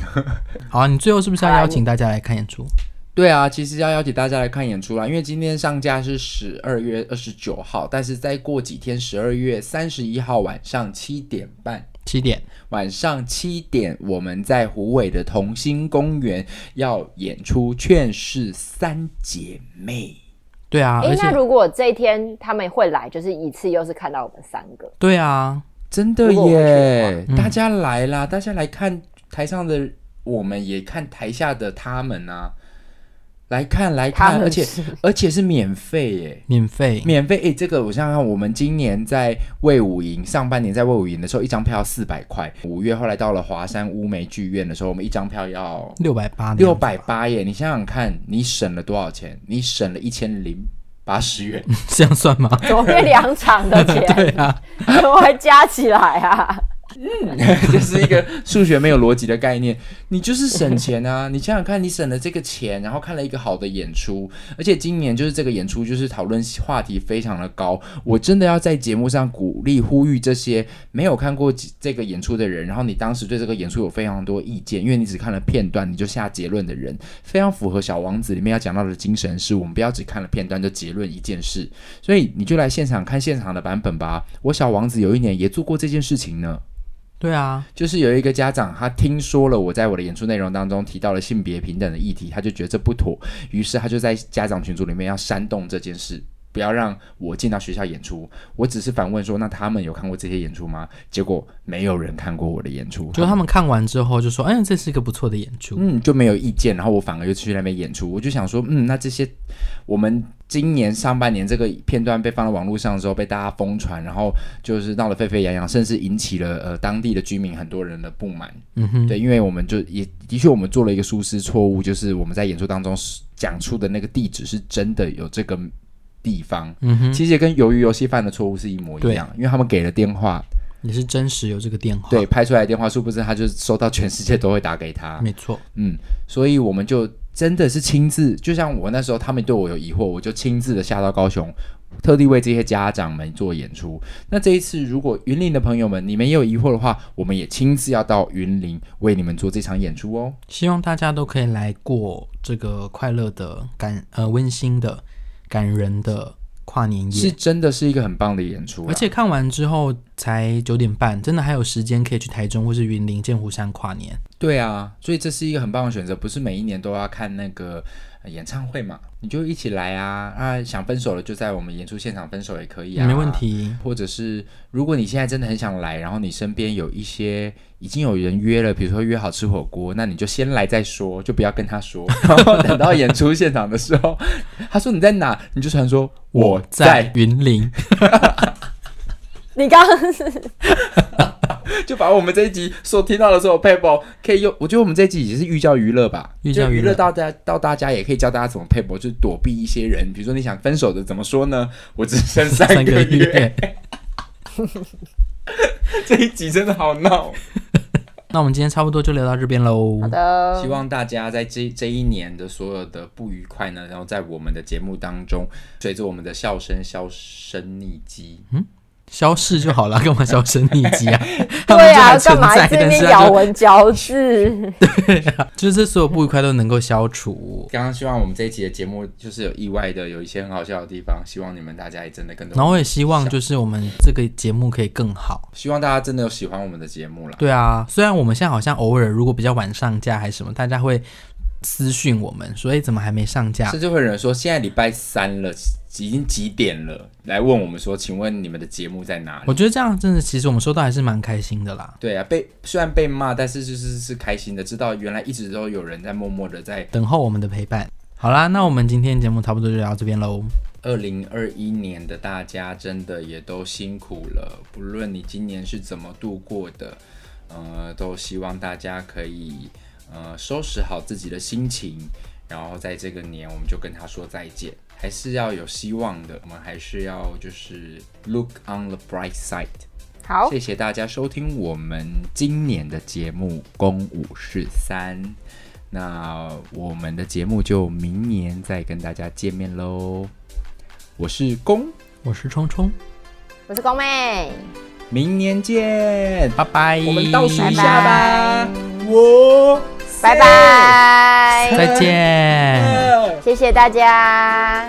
[SPEAKER 2] 好、啊，你最后是不是要邀请大家来看演出？
[SPEAKER 1] 对啊，其实要邀请大家来看演出啦，因为今天上架是十二月二十九号，但是再过几天，十二月三十一号晚上七点半。
[SPEAKER 2] 七点，
[SPEAKER 1] 晚上七点，我们在虎尾的同心公园要演出《劝世三姐妹
[SPEAKER 2] 对啊，
[SPEAKER 3] 哎、
[SPEAKER 2] 而且
[SPEAKER 3] 那如果这一天他们会来，就是一次又是看到我们三个，
[SPEAKER 2] 对啊，》，
[SPEAKER 1] 真的
[SPEAKER 3] 如果我
[SPEAKER 1] 耶！
[SPEAKER 2] 嗯
[SPEAKER 1] 大家来啦，大家来看台上的我们，也看台下的他们啊，来看来
[SPEAKER 3] 他
[SPEAKER 1] 看，
[SPEAKER 3] 们
[SPEAKER 1] 而且
[SPEAKER 3] 是
[SPEAKER 1] 而且是免费耶。
[SPEAKER 2] 免费，
[SPEAKER 1] 免费诶、这个我想想看，我们今年在魏武营上半年在魏武营的时候，一张票要四百块。五月后来到了华山乌梅剧院的时候，我们一张票要
[SPEAKER 2] 六百八，
[SPEAKER 1] 六百，八耶！你想想看，你省了多少钱？你省了一千零八十元。
[SPEAKER 2] 这样算吗？
[SPEAKER 3] 怎么会两场 的
[SPEAKER 2] 对
[SPEAKER 3] 钱？
[SPEAKER 2] 啊，
[SPEAKER 3] 怎么会加起来啊？
[SPEAKER 1] 就是一个数学没有逻辑的概念。你就是省钱啊！ 你想想看，你省了这个钱，然后看了一个好的演出，而且今年就是这个演出就是讨论话题非常的高。我真的要在节目上鼓励呼吁这些没有看过这个演出的人，然后你当时对这个演出有非常多意见，因为你只看了片段你就下结论的人，非常符合《小王子》里面要讲到的精神是，我们不要只看了片段就结论一件事，所以你就来现场看现场的版本吧。我《小王子》有一年也做过这件事情呢。
[SPEAKER 2] 对啊，
[SPEAKER 1] 就是有一个家长，他听说了我在我的演出内容当中提到了性别平等的议题，他就觉得这不妥，于是他就在家长群组里面要煽动这件事。不要让我进到学校演出。我只是反问说，那他们有看过这些演出吗？结果没有人看过我的演出，
[SPEAKER 2] 就是他们看完之后就说：“哎，这是一个不错的演出。
[SPEAKER 1] 嗯，就没有意见，然后我反而又去那边演出，我就想说，嗯，那这些我们今年上半年这个片段被放到网络上之后，被大家疯传，然后就是闹得沸沸扬扬，甚至引起了呃当地的居民很多人的不满。
[SPEAKER 2] 嗯哼，
[SPEAKER 1] 对，因为我们就也的确我们做了一个疏失错误，就是我们在演出当中是讲出的那个地址是真的有这个地方，
[SPEAKER 2] 嗯哼，
[SPEAKER 1] 其实也跟鱿鱼游戏犯的错误是一模一样，因为他们给了电话，
[SPEAKER 2] 你是真实有这个电话，
[SPEAKER 1] 对，，拍出来的电话，殊不知他就是收到全世界都会打给他，
[SPEAKER 2] 没错，
[SPEAKER 1] 嗯，所以我们就真的是亲自，就像我那时候他们对我有疑惑，我就亲自的下到高雄，特地为这些家长们做演出。那这一次，如果云林的朋友们你们也有疑惑的话，我们也亲自要到云林为你们做这场演出哦。
[SPEAKER 2] 希望大家都可以来过这个快乐的、感呃温馨的、感人的跨年
[SPEAKER 1] 是
[SPEAKER 2] 夜。
[SPEAKER 1] 真的是一个很棒的演出啦，啊
[SPEAKER 2] 而且看完之后才九点半，真的还有时间可以去台中或是云林剑湖山跨年。
[SPEAKER 1] 对啊，所以这是一个很棒的选择，不是每一年都要看那个呃演唱会嘛，你就一起来啊啊！想分手了就在我们演出现场分手也可以啊，
[SPEAKER 2] 没问。题。
[SPEAKER 1] 或者是如果你现在真的很想来，然后你身边有一些已经有人约了，比如说约好吃火锅，那你就先来再说，就不要跟他 说，然后等到演出现场的时候，他说你在哪，你就传说我在，
[SPEAKER 2] 云 林，
[SPEAKER 3] 你刚刚是
[SPEAKER 1] 就把我们这一集所听到的所有 paper 可以用，我觉得我们这一集也是寓教于乐吧，
[SPEAKER 2] 寓教
[SPEAKER 1] 就
[SPEAKER 2] 于
[SPEAKER 1] 娱
[SPEAKER 2] 乐
[SPEAKER 1] 乐到大家到大家也可以教大家怎么 paper，就是躲避一些人，比如说你想分手的怎么说呢？我只剩三
[SPEAKER 2] 三
[SPEAKER 1] 个
[SPEAKER 2] 个
[SPEAKER 1] 月，
[SPEAKER 2] 月。
[SPEAKER 1] 这一集真的好闹。
[SPEAKER 2] 那我们今天差不多就聊到这边喽。
[SPEAKER 3] 好的
[SPEAKER 2] 嗯
[SPEAKER 1] 希，望大家在这这一年的所有的不愉快呢，然后在我们的节目当中，随着我们的笑声销声匿迹。
[SPEAKER 2] 嗯消逝就好了，干嘛销声匿迹啊？ 他们
[SPEAKER 3] 对
[SPEAKER 2] 就还
[SPEAKER 3] 啊，
[SPEAKER 2] 存
[SPEAKER 3] 干嘛
[SPEAKER 2] 在，
[SPEAKER 3] 这
[SPEAKER 2] 但
[SPEAKER 3] 边
[SPEAKER 2] 是
[SPEAKER 3] 咬
[SPEAKER 2] 它
[SPEAKER 3] 文嚼字？
[SPEAKER 2] 就就是这所有不愉快都能够消除。
[SPEAKER 1] 刚刚希望我们这一期的节目就是有意外的有一些很好笑的地方，希望你们大家也真的跟着
[SPEAKER 2] 然
[SPEAKER 1] 我
[SPEAKER 2] 后
[SPEAKER 1] 们。
[SPEAKER 2] 我也希望就是我们这个节目可以更好。
[SPEAKER 1] 希望大家真的有喜欢我们的节目啦。
[SPEAKER 2] 对啊，虽然我们现在好像偶尔如果比较晚上架还是什么，大家会私讯我们说，哎，怎么还没上架
[SPEAKER 1] 甚？至会有人说，现在礼拜三了，已经几点了？来问我们说，请问你们的节目在哪
[SPEAKER 2] 我
[SPEAKER 1] 里？
[SPEAKER 2] 觉得这样真的，其实我们收到还是蛮开心的啦。
[SPEAKER 1] 对啊，被虽然被骂，但是就是是开心的，知道原来一直都有人在默默的在
[SPEAKER 2] 等候我们的陪伴。好啦，那我们今天节目差不多就聊到这边喽。
[SPEAKER 1] 二零二一年的大家真的也都辛苦了，不论你今年是怎么度过的，呃，都希望大家可以呃收拾好自己的心情，然后在这个年我们就跟他说再见，还是要有希望的，我们还是要就是 look on the bright side。
[SPEAKER 3] 好，
[SPEAKER 1] 谢谢大家收听我们今年的节目《公五是三》，那我们的节目就明年再跟大家见面喽。我是公，
[SPEAKER 2] 我是冲冲，
[SPEAKER 3] 我是光妹，
[SPEAKER 1] 明年见，
[SPEAKER 2] 拜拜。
[SPEAKER 1] 我们倒数
[SPEAKER 3] 拜
[SPEAKER 1] 一下吧
[SPEAKER 3] 拜，，
[SPEAKER 1] 我
[SPEAKER 3] 拜拜，
[SPEAKER 2] 再见。
[SPEAKER 3] 谢谢大家。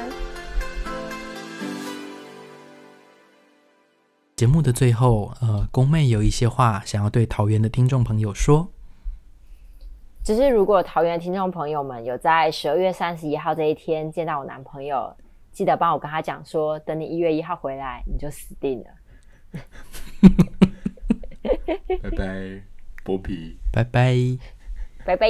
[SPEAKER 2] 节目的最后，呃，宫妹有一些话想要对桃园的听众朋友说。
[SPEAKER 3] 只是如果桃园的听众朋友们有在十二月三十一号这一天见到我男朋友，记得帮我跟他讲说，等你一月一号回来，你就死定了。
[SPEAKER 1] 拜拜，剥皮。
[SPEAKER 2] 拜拜。
[SPEAKER 3] 拜拜。